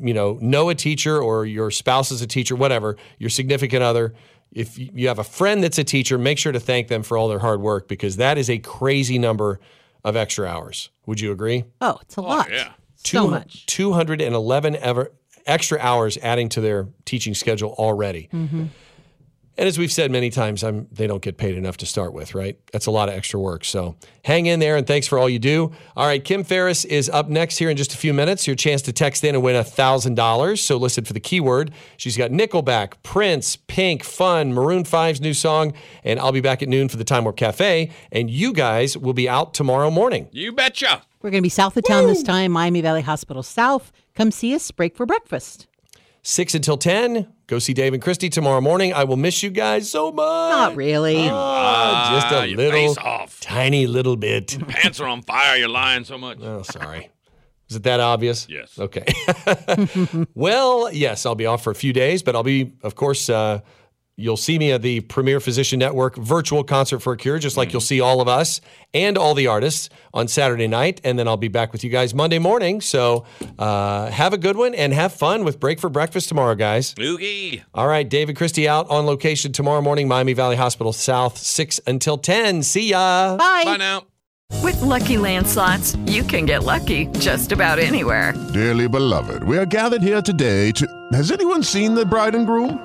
S2: you know know a teacher or your spouse is a teacher whatever your significant other if you have a friend that's a teacher make sure to thank them for all their hard work because that is a crazy number of extra hours would you agree
S4: Oh, it's a lot.
S3: Yeah.
S4: So much.
S2: 211 ever, extra hours adding to their teaching schedule already.
S4: Mm-hmm.
S2: And as we've said many times, I'm, they don't get paid enough to start with, right? That's a lot of extra work. So hang in there and thanks for all you do. All right, Kim Ferris is up next here in just a few minutes. Your chance to text in and win $1,000. So listen for the keyword. She's got Nickelback, Prince, Pink, Fun, Maroon 5's new song. And I'll be back at noon for the Time Warp Cafe. And you guys will be out tomorrow morning.
S3: You betcha.
S4: We're going to be south of town this time, Miami Valley Hospital South. Come see us, break for breakfast.
S2: 6 until 10. Go see Dave and Christy tomorrow morning. I will miss you guys so much.
S4: Not really.
S2: Ah, just
S3: Ah,
S2: a
S3: your
S2: little,
S3: face off.
S2: tiny little bit.
S3: Pants are on fire. You're lying so much.
S2: Oh, sorry. Is it that obvious?
S3: Yes.
S2: Okay. well, yes, I'll be off for a few days, but I'll be, of course, uh, you'll see me at the Premier Physician Network virtual concert for a cure, just
S3: Mm.
S2: like you'll see all of us and all the artists on Saturday night. And then I'll be back with you guys Monday morning. So uh, have a good one and have fun with Break for Breakfast tomorrow, guys.
S3: Oogie.
S2: All right, David Christie out on location tomorrow morning, Miami Valley Hospital South, 6 until 10. See ya.
S4: Bye.
S3: Bye now.
S7: With Lucky Land slots, you can get lucky just about anywhere.
S8: Dearly beloved, we are gathered here today to. Has anyone seen the bride and groom?